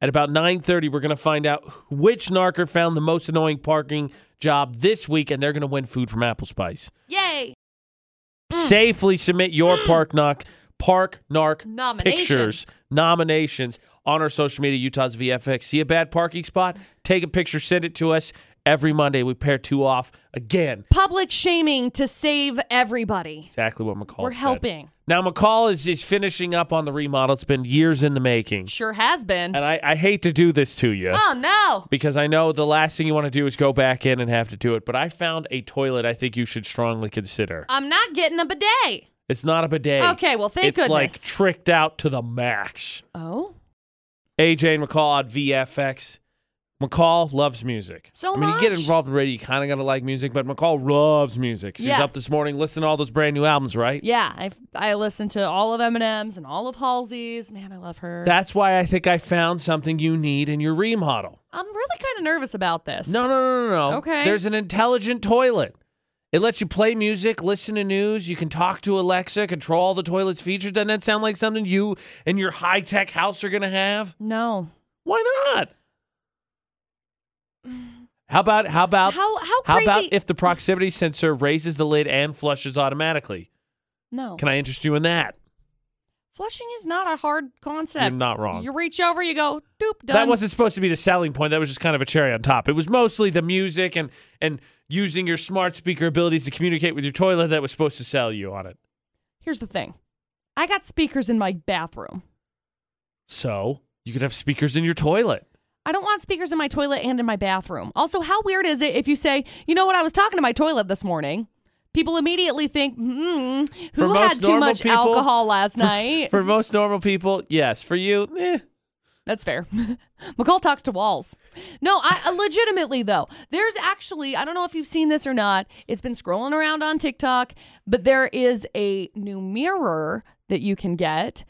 Speaker 1: at about 9.30, we're going to find out which narker found the most annoying parking job this week, and they're going to win food from Apple Spice.
Speaker 2: Yay.
Speaker 1: Safely submit
Speaker 2: [GASPS]
Speaker 1: your park knock, park narc
Speaker 2: Nomination.
Speaker 1: pictures, nominations on our social media, Utah's VFX. See a bad parking spot? Take a picture, send it to us. Every Monday, we pair two off again.
Speaker 2: Public shaming to save everybody.
Speaker 1: Exactly what McCall
Speaker 2: We're
Speaker 1: said.
Speaker 2: helping.
Speaker 1: Now, McCall is, is finishing up on the remodel. It's been years in the making.
Speaker 2: Sure has been.
Speaker 1: And I, I hate to do this to you
Speaker 2: Oh, no.
Speaker 1: because I know the last thing you want to do is go back in and have to do it. But I found a toilet I think you should strongly consider.
Speaker 2: I'm not getting a bidet.
Speaker 1: It's not a bidet.
Speaker 2: Uh, Okay, well, thank
Speaker 1: it's like
Speaker 2: goodness.
Speaker 1: tricked out to the max.
Speaker 2: Oh?
Speaker 1: AJ and McCall on VFX. McCall loves music.
Speaker 2: So
Speaker 1: I mean, you get
Speaker 2: much.
Speaker 1: involved in radio, you kind of got to like music, but McCall loves music. She was
Speaker 2: Yeah.
Speaker 1: up this morning listening to all those brand new albums, right?
Speaker 2: Yeah, I I listened to all of Eminem's and all of Halsey's. Man, I love her.
Speaker 1: That's why I think I found something you need in your remodel.
Speaker 2: I'm really kind of nervous about this.
Speaker 1: No, no, no, no, no.
Speaker 2: Okay.
Speaker 1: There's an intelligent toilet. It lets you play music, listen to news. You can talk to Alexa, control all the toilet's features. Doesn't that sound like something you and your high tech house are going to have?
Speaker 2: no.
Speaker 1: Why
Speaker 2: [SIGHS]
Speaker 1: not? How about how about
Speaker 2: How how
Speaker 1: how
Speaker 2: crazy?
Speaker 1: about if the proximity sensor raises the lid and flushes automatically?
Speaker 2: no,
Speaker 1: Can I interest you in that?
Speaker 2: flushing is not a hard concept.
Speaker 1: You're not wrong.
Speaker 2: You reach over, you go doop. Done.
Speaker 1: That wasn't supposed to be the selling point. That was just kind of a cherry on top. It was mostly the music and and using your smart speaker abilities to communicate with your toilet that was supposed to sell you on it.
Speaker 2: Here's the thing, I got speakers in my bathroom.
Speaker 1: So you could have speakers in your toilet.
Speaker 2: I don't want speakers in my toilet and in my bathroom. Also, how weird is it if you say, you know what, I was talking to my toilet this morning? People immediately think, hmm,
Speaker 1: For
Speaker 2: who
Speaker 1: most
Speaker 2: had too
Speaker 1: normal
Speaker 2: much
Speaker 1: people-
Speaker 2: alcohol last night?
Speaker 1: For most normal people, yes. For you, eh.
Speaker 2: That's fair. [LAUGHS] McCall talks to walls. No, I I- legitimately though, there's actually I don't know if you've seen this or not. It's been scrolling around on TikTok, but there is a new mirror that you can get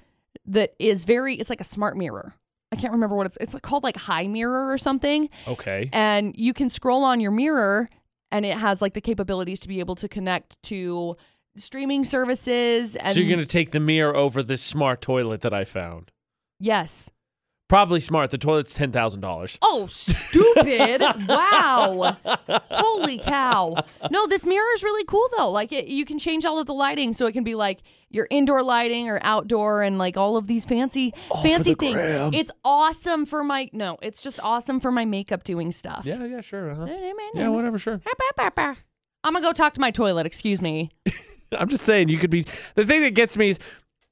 Speaker 2: that is very. It's like a smart mirror. I can't remember what it's. It's called like High Mirror or something,
Speaker 1: Okay.
Speaker 2: and you can scroll on your mirror, and it has like the capabilities to be able to connect to streaming services. And
Speaker 1: so you're gonna take the mirror over this smart toilet that I found.
Speaker 2: yes.
Speaker 1: Probably smart. The toilet's ten thousand dollars.
Speaker 2: Oh, stupid. wow. Holy cow. No, this mirror is really cool though. Like it, you can change all of the lighting so it can be like your indoor lighting or outdoor and like all of these fancy fancy things. It's awesome for my No, it's just awesome for my makeup doing stuff.
Speaker 1: Yeah, yeah, sure. Uh-huh. Yeah,
Speaker 2: Yeah.
Speaker 1: whatever, sure.
Speaker 2: I'm going to go talk to my toilet, excuse me.
Speaker 1: I'm just saying you could be the thing that gets me is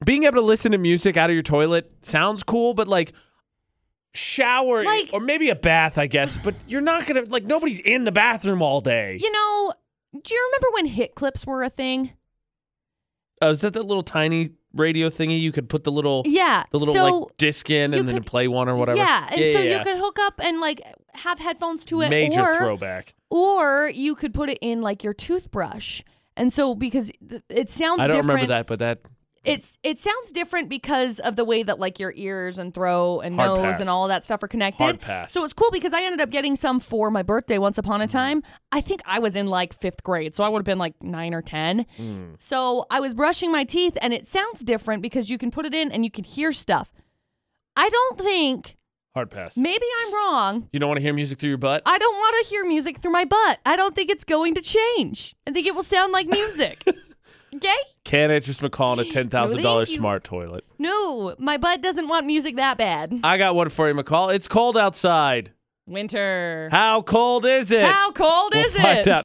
Speaker 1: being able to listen to music out of your toilet sounds cool, but like shower
Speaker 2: Like-
Speaker 1: or maybe a bath, I guess, but you're not gonna like nobody's in the bathroom all day.
Speaker 2: You know, do you remember when hit clips were a thing?
Speaker 1: Oh, is that that little tiny radio thingy you could put the little
Speaker 2: Yeah.
Speaker 1: the little
Speaker 2: so
Speaker 1: like disc in
Speaker 2: you
Speaker 1: and then
Speaker 2: could-
Speaker 1: play one or whatever?
Speaker 2: Yeah, and so
Speaker 1: yeah,
Speaker 2: you could hook up and like have headphones to
Speaker 1: yeah.
Speaker 2: it
Speaker 1: major
Speaker 2: or
Speaker 1: throwback.
Speaker 2: Or you could put it in like your toothbrush. And so because th- it sounds
Speaker 1: I don't
Speaker 2: different
Speaker 1: remember that, but that
Speaker 2: it's it sounds different because of the way that like your ears and throat and
Speaker 1: Hard
Speaker 2: nose
Speaker 1: pass.
Speaker 2: and all that stuff are connected.
Speaker 1: Hard pass. Mm-hmm.
Speaker 2: So it's cool because I ended up getting some for my birthday once upon a time. I think I was in like 5th grade, so I would have been like 9 or 10.
Speaker 1: Hmm.
Speaker 2: So I was brushing my teeth and it sounds different because you can put it in and you can hear stuff. I don't think
Speaker 1: hard pass.
Speaker 2: maybe I'm wrong,
Speaker 1: you don't want to hear music through your butt?
Speaker 2: I don't want to hear music through my butt. I don't think it's going to change. I think it will sound like
Speaker 1: [LAUGHS]
Speaker 2: music. okay?
Speaker 1: Can't interest McCall in a ten thousand
Speaker 2: No,
Speaker 1: dollars
Speaker 2: thank you.
Speaker 1: smart toilet.
Speaker 2: No, my butt doesn't want music that bad.
Speaker 1: I got one for you, McCall. It's cold outside.
Speaker 2: Winter.
Speaker 1: How cold is it?
Speaker 2: How cold
Speaker 1: We'll
Speaker 2: is
Speaker 1: find
Speaker 2: it?
Speaker 1: out.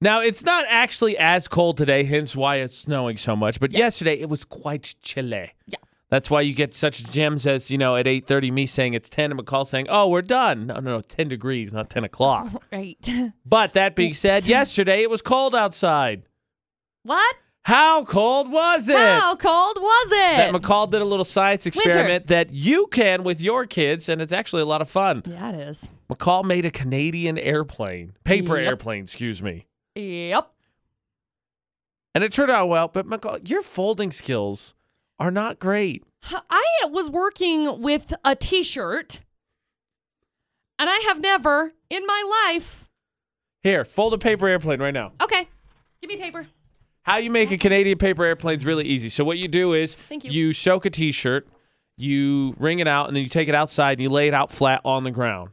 Speaker 1: Now it's not actually as cold today, hence why it's snowing so much. But yesterday it was quite chilly.
Speaker 2: Yeah.
Speaker 1: That's why you get such gems as you know at eight thirty. Me saying it's ten, and McCall saying, "Oh, we're done." No, no, no, ten degrees, not ten
Speaker 2: [LAUGHS]
Speaker 1: o'clock.
Speaker 2: [LAUGHS] Right.
Speaker 1: But that being said, yesterday it was cold outside.
Speaker 2: what?
Speaker 1: How cold was it?
Speaker 2: How cold was
Speaker 1: That
Speaker 2: it?
Speaker 1: McCall did a little science experiment that you can with your kids, and it's actually a lot of fun.
Speaker 2: yeah, it is.
Speaker 1: McCall made a Canadian airplane, paper
Speaker 2: Yep.
Speaker 1: airplane, excuse me.
Speaker 2: Yep.
Speaker 1: And it turned out well, but McCall, your folding skills are not great.
Speaker 2: I was working with a t shirt, and I have never in my life.
Speaker 1: Here, fold a paper airplane right now.
Speaker 2: Okay, give me paper.
Speaker 1: How you make a Canadian paper airplane is really easy. So what you do is
Speaker 2: Thank you.
Speaker 1: soak a t-shirt, you wring it out, and then you take it outside and you lay it out flat on the ground.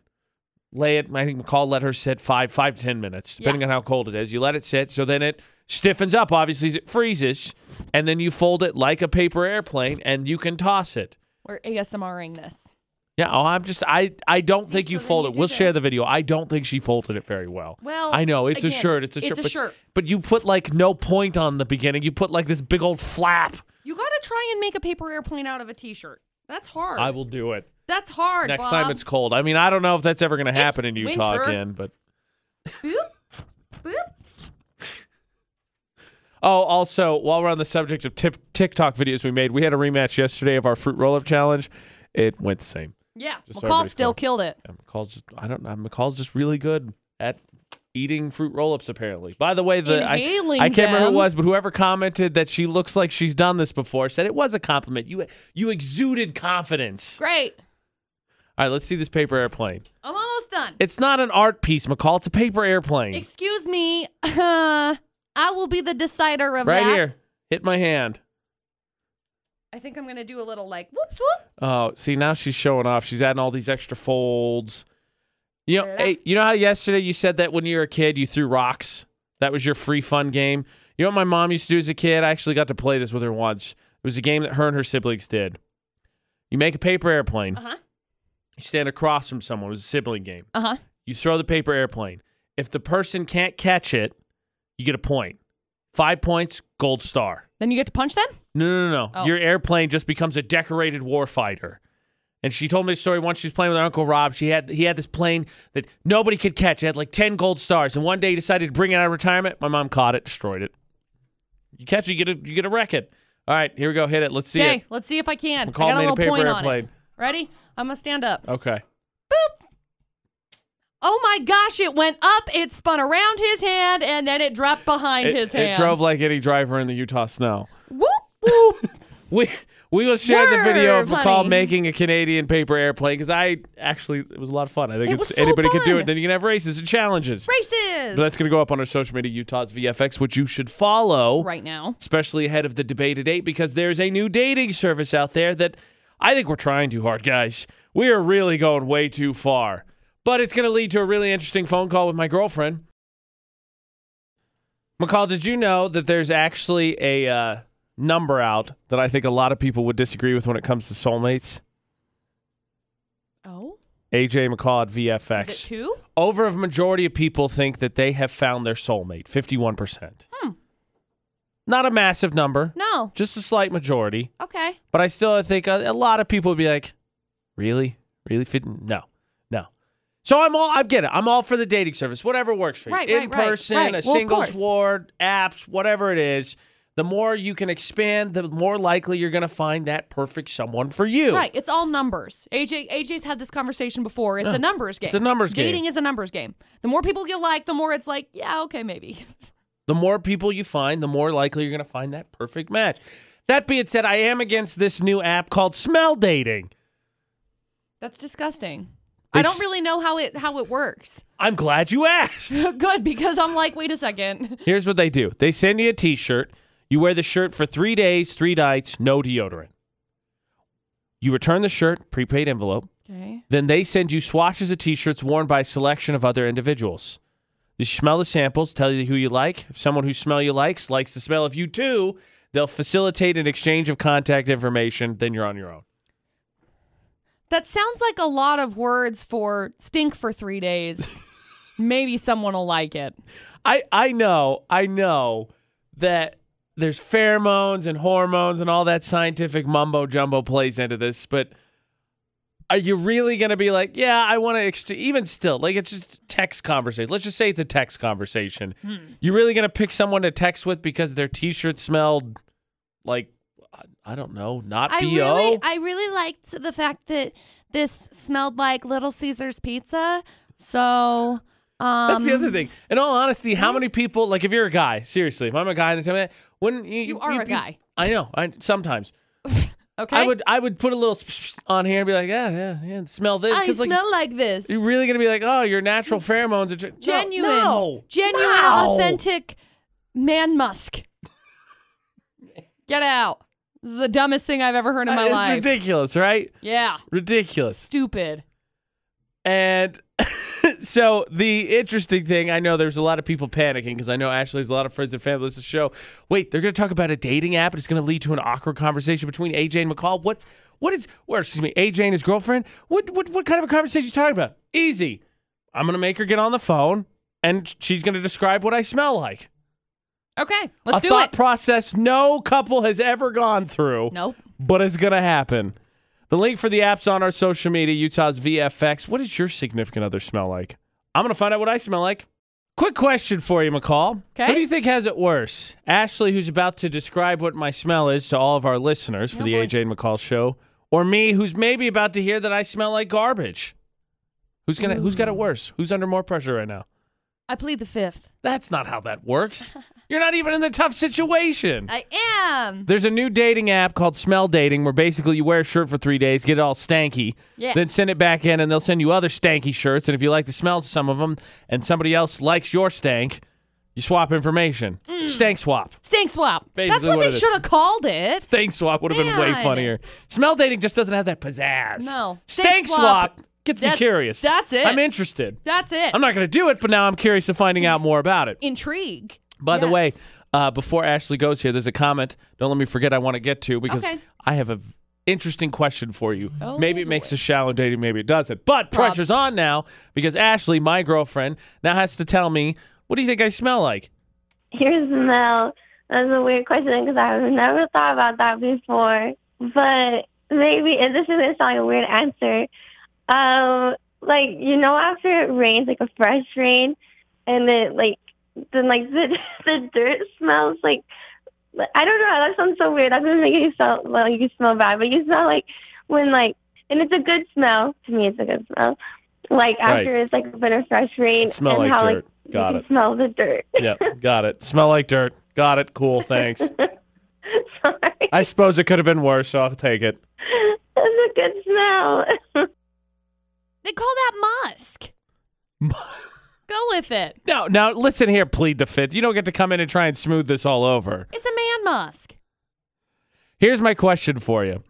Speaker 1: Lay it. I think McCall let her sit five, five to ten minutes, depending on how cold it is. You let it sit, so then it stiffens up. Obviously, as it freezes, and then you fold it like a paper airplane, and you can toss it.
Speaker 2: We're ASMRing this.
Speaker 1: Yeah, oh, I'm just I I don't think
Speaker 2: for
Speaker 1: you
Speaker 2: when
Speaker 1: folded.
Speaker 2: you
Speaker 1: it.
Speaker 2: do
Speaker 1: We'll share
Speaker 2: this.
Speaker 1: the video. I don't think she folded it very well.
Speaker 2: Well,
Speaker 1: I know it's a
Speaker 2: again,
Speaker 1: shirt. It's a
Speaker 2: it's
Speaker 1: shirt.
Speaker 2: a
Speaker 1: but,
Speaker 2: shirt.
Speaker 1: but you put like no point on the beginning. You put like this big old flap.
Speaker 2: You gotta try and make a paper airplane out of a t-shirt. That's hard.
Speaker 1: I will do it
Speaker 2: That's hard.
Speaker 1: next
Speaker 2: Bob.
Speaker 1: time. It's cold. I mean, I don't know if that's ever going to happen in Utah
Speaker 2: winter.
Speaker 1: again. But
Speaker 2: Boop, boop.
Speaker 1: oh, also while we're on the subject of tip, TikTok videos we made, we had a rematch yesterday of our fruit roll up challenge. It went the same.
Speaker 2: Yeah,
Speaker 1: Just so
Speaker 2: McCall
Speaker 1: everybody's
Speaker 2: still
Speaker 1: clear.
Speaker 2: killed it.
Speaker 1: And McCall's just I don't know. McCall's just really good at eating fruit roll-ups apparently. By the way, the I,
Speaker 2: Inhaling
Speaker 1: I can't remember who it
Speaker 2: them.
Speaker 1: was, but whoever commented that she looks like she's done this before said it was a compliment. You you exuded confidence.
Speaker 2: Great.
Speaker 1: All right, let's see this paper airplane.
Speaker 2: I'm almost done.
Speaker 1: It's not an art piece, McCall. It's a paper airplane.
Speaker 2: Excuse me. [LAUGHS] Uh, I will be the decider of
Speaker 1: right
Speaker 2: that.
Speaker 1: here. Hit my hand.
Speaker 2: I think I'm going to do a little like whoops whoop.
Speaker 1: Oh, see now she's showing off. She's adding all these extra folds. You know,
Speaker 2: Fair
Speaker 1: hey, you know how yesterday you said that when you were a kid you threw rocks. That was your free fun game. You know what my mom used to do as a kid? I actually got to play this with her once. It was a game that her and her siblings did. You make a paper airplane.
Speaker 2: Uh huh.
Speaker 1: You stand across from someone. It was a sibling game.
Speaker 2: Uh huh.
Speaker 1: You throw the paper airplane. If the person can't catch it, you get a point. Five points, gold star.
Speaker 2: Then you get to punch them.
Speaker 1: No, no, no. no.
Speaker 2: Oh.
Speaker 1: Your airplane just becomes a decorated warfighter. And she told me a story once she was playing with her uncle Rob. She had he had this plane that nobody could catch. It had like ten gold stars, and one day he decided to bring it out of retirement. My mom caught it, destroyed it. You catch it, you get a you get a wreck it. All right, here we go. Hit it. Let's see
Speaker 2: Okay,
Speaker 1: it.
Speaker 2: let's see if I can. I
Speaker 1: McCall
Speaker 2: got
Speaker 1: made
Speaker 2: a
Speaker 1: a
Speaker 2: little
Speaker 1: paper
Speaker 2: point on it.
Speaker 1: airplane.
Speaker 2: Ready? I'm gonna stand up.
Speaker 1: Okay.
Speaker 2: Oh my gosh! It went up. It spun around his hand, and then it dropped behind
Speaker 1: It,
Speaker 2: his hand.
Speaker 1: it drove like any driver in the Utah snow.
Speaker 2: Whoop whoop.
Speaker 1: [LAUGHS] We we will share the video of
Speaker 2: Swerve,
Speaker 1: McCall
Speaker 2: honey.
Speaker 1: making a Canadian paper airplane because I actually it was a lot of fun. I think
Speaker 2: It
Speaker 1: it's,
Speaker 2: was so
Speaker 1: anybody could do
Speaker 2: fun.
Speaker 1: it. Then you can have races and challenges.
Speaker 2: Races.
Speaker 1: But that's going to go up on our social media, Utah's VFX, which you should follow,
Speaker 2: right now.
Speaker 1: especially ahead of the debate at 8, because there's a new dating service out there that I think we're trying too hard, guys. We are really going way too far. But it's going to lead to a really interesting phone call with my girlfriend. McCall, did you know that there's actually a uh, number out that I think a lot of people would disagree with when it comes to soulmates?
Speaker 2: Oh,
Speaker 1: AJ McCall at
Speaker 2: is
Speaker 1: VFX.
Speaker 2: it two?
Speaker 1: Over of majority of people think that they have found their soulmate, 51%.
Speaker 2: Hmm.
Speaker 1: Not a massive number,
Speaker 2: No.
Speaker 1: just a slight majority.
Speaker 2: Okay.
Speaker 1: But I still think uh, a, a lot of people would be like, really? Really? Fit? No, no. So I'm all, I get it. I'm all for the dating service, whatever works for you.
Speaker 2: Right,
Speaker 1: In
Speaker 2: right, right,
Speaker 1: person,
Speaker 2: right.
Speaker 1: a
Speaker 2: Well, of
Speaker 1: singles
Speaker 2: course.
Speaker 1: ward, apps, whatever it is. The more you can expand, the more likely you're going to find that perfect someone for you.
Speaker 2: Right. It's all numbers. AJ AJ's had this conversation before. It's a numbers game.
Speaker 1: a numbers game.
Speaker 2: Dating is a numbers game. The more people you like, the more it's like, yeah, okay, maybe. [LAUGHS]
Speaker 1: The more people you find, the more likely you're going to find that perfect match. That being said, I am against this new app called Smell Dating.
Speaker 2: That's disgusting.
Speaker 1: They
Speaker 2: I
Speaker 1: s-
Speaker 2: don't really know how it how it works. [LAUGHS]
Speaker 1: I'm glad you asked.
Speaker 2: Good because I'm like, wait a second. [LAUGHS]
Speaker 1: Here's what they do they send you a t shirt. You wear the shirt for three days, three nights, no deodorant. You return the shirt, prepaid envelope.
Speaker 2: Okay.
Speaker 1: Then they send you swatches of t shirts worn by a selection of other individuals. You smell the samples, tell you who you like. If someone who smell you likes likes the smell of you too, they'll facilitate an exchange of contact information. Then you're on your own.
Speaker 2: That sounds like a lot of words for stink for
Speaker 1: [LAUGHS]
Speaker 2: three days. maybe someone will like it.
Speaker 1: I I know, I know that there's pheromones and hormones and all that scientific mumbo jumbo plays into this, but are you really going to be like, yeah, I want to ex- even still, like it's just text conversation. Let's just say it's a text conversation. You really going to pick someone to text with because their t-shirt smelled like I- I don't know, not
Speaker 5: I
Speaker 1: BO.
Speaker 5: really, I really liked the fact that this smelled like Little Caesar's pizza. So, um,
Speaker 1: That's the other thing. In all honesty, how many people like if you're a guy, seriously, if I'm a guy and they tell me that, wouldn't you
Speaker 2: You are
Speaker 1: you'd
Speaker 2: a
Speaker 1: be-
Speaker 2: guy.
Speaker 1: I know. I sometimes
Speaker 2: Okay.
Speaker 1: I would I would put a little [LAUGHS] on here and be like, yeah, yeah, yeah, smell this.
Speaker 5: I
Speaker 1: 'Cause, like,
Speaker 5: smell like this.
Speaker 1: You're really gonna be like, oh, your natural pheromones are tr- No,
Speaker 5: Genuine,
Speaker 1: no,
Speaker 5: genuine,
Speaker 1: no.
Speaker 5: authentic man musk.
Speaker 2: Get out. This is the dumbest thing I've ever heard in my
Speaker 1: it's
Speaker 2: life.
Speaker 1: ridiculous, right?
Speaker 2: Yeah.
Speaker 1: Ridiculous.
Speaker 2: Stupid.
Speaker 1: And [LAUGHS] so the interesting thing, I know there's a lot of people panicking because I know Ashley's a lot of friends and family listen to the show. Wait, they're going to talk about a dating app and it's going to lead to an awkward conversation between AJ and McCall. What's what is? Or excuse me, AJ and his girlfriend. What what what kind of a conversation are you talking about? Easy. I'm going to make her get on the phone and she's going to describe what I smell like.
Speaker 2: Okay. Let's
Speaker 1: a
Speaker 2: do
Speaker 1: thought
Speaker 2: it.
Speaker 1: process no couple has ever gone through
Speaker 2: nope.
Speaker 1: but it's going to happen. The link for the app's on our social media, Utah's VFX. What does your significant other smell like? I'm going to find out what I smell like. Quick question for you, McCall.
Speaker 2: Okay.
Speaker 1: Who do you think has it worse? Ashley, who's about to describe what my smell is to all of our listeners for
Speaker 2: Oh,
Speaker 1: the
Speaker 2: boy.
Speaker 1: AJ and McCall show, or me who's maybe about to hear that I smell like garbage? Who's gonna who's got it worse? Who's under more pressure right now?
Speaker 2: I plead the fifth.
Speaker 1: That's not how that
Speaker 2: [LAUGHS]
Speaker 1: works. You're not even in the tough situation.
Speaker 5: I am.
Speaker 1: There's a new dating app called Smell Dating where basically you wear a shirt for three days, get it all stanky,
Speaker 5: Yeah.
Speaker 1: then send it back in, and they'll send you other stanky shirts. And if you like the smell of some of them and somebody else likes your stank, you swap information.
Speaker 2: Mm.
Speaker 1: Stank swap.
Speaker 2: Stink swap. That's
Speaker 1: Basically
Speaker 2: what,
Speaker 1: what it
Speaker 2: they
Speaker 1: is.
Speaker 2: should have called it.
Speaker 1: Stank swap would have been way
Speaker 5: Man.
Speaker 1: funnier. Smell Dating just doesn't have that pizzazz.
Speaker 2: No.
Speaker 1: Stank,
Speaker 2: Stank
Speaker 1: swap,
Speaker 2: swap,
Speaker 1: gets me
Speaker 2: that's-
Speaker 1: curious.
Speaker 2: that's it.
Speaker 1: I'm interested.
Speaker 2: That's it.
Speaker 1: I'm not going to do it, but now I'm curious to finding out more about it.
Speaker 2: Intrigue.
Speaker 1: By the way,
Speaker 2: Yes.
Speaker 1: uh, before Ashley goes here, there's a comment. Don't let me forget. I want to get to because
Speaker 2: Okay.
Speaker 1: I have a v- interesting question for you.
Speaker 2: Oh,
Speaker 1: maybe it makes a shallow dating, maybe it doesn't. But pressure's on now because Ashley, my girlfriend, now has to tell me what do you think I smell like.
Speaker 3: Here's Mel. That's a weird question because I've never thought about that before. But maybe, and this is going to sound like a weird answer. Um, like, you know, after it rains, like a fresh rain, and then, like, then, like, [LAUGHS] the, the dirt smells like, I don't know, that sounds so weird. That doesn't make you smell, well, you smell bad, but you smell like when, like, and it's a good smell. To me, it's a good smell. Like, after it's, like, been a fresh rain,
Speaker 1: Smell
Speaker 3: and
Speaker 1: like
Speaker 3: how,
Speaker 1: dirt.
Speaker 3: like, you
Speaker 1: Got
Speaker 3: can
Speaker 1: it.
Speaker 3: smell the dirt. [LAUGHS]
Speaker 1: yeah, got it. Smell like dirt. Got it. Cool. Thanks.
Speaker 3: Sorry.
Speaker 1: I suppose it could have been worse, so I'll take it.
Speaker 3: [LAUGHS] That's a good smell. [LAUGHS]
Speaker 5: They call that
Speaker 2: [LAUGHS]
Speaker 5: musk. Go with it.
Speaker 1: Now, now, listen here. Plead the fifth. You don't get to come in and try and smooth this all over.
Speaker 5: It's a man musk.
Speaker 1: Here's my question for you.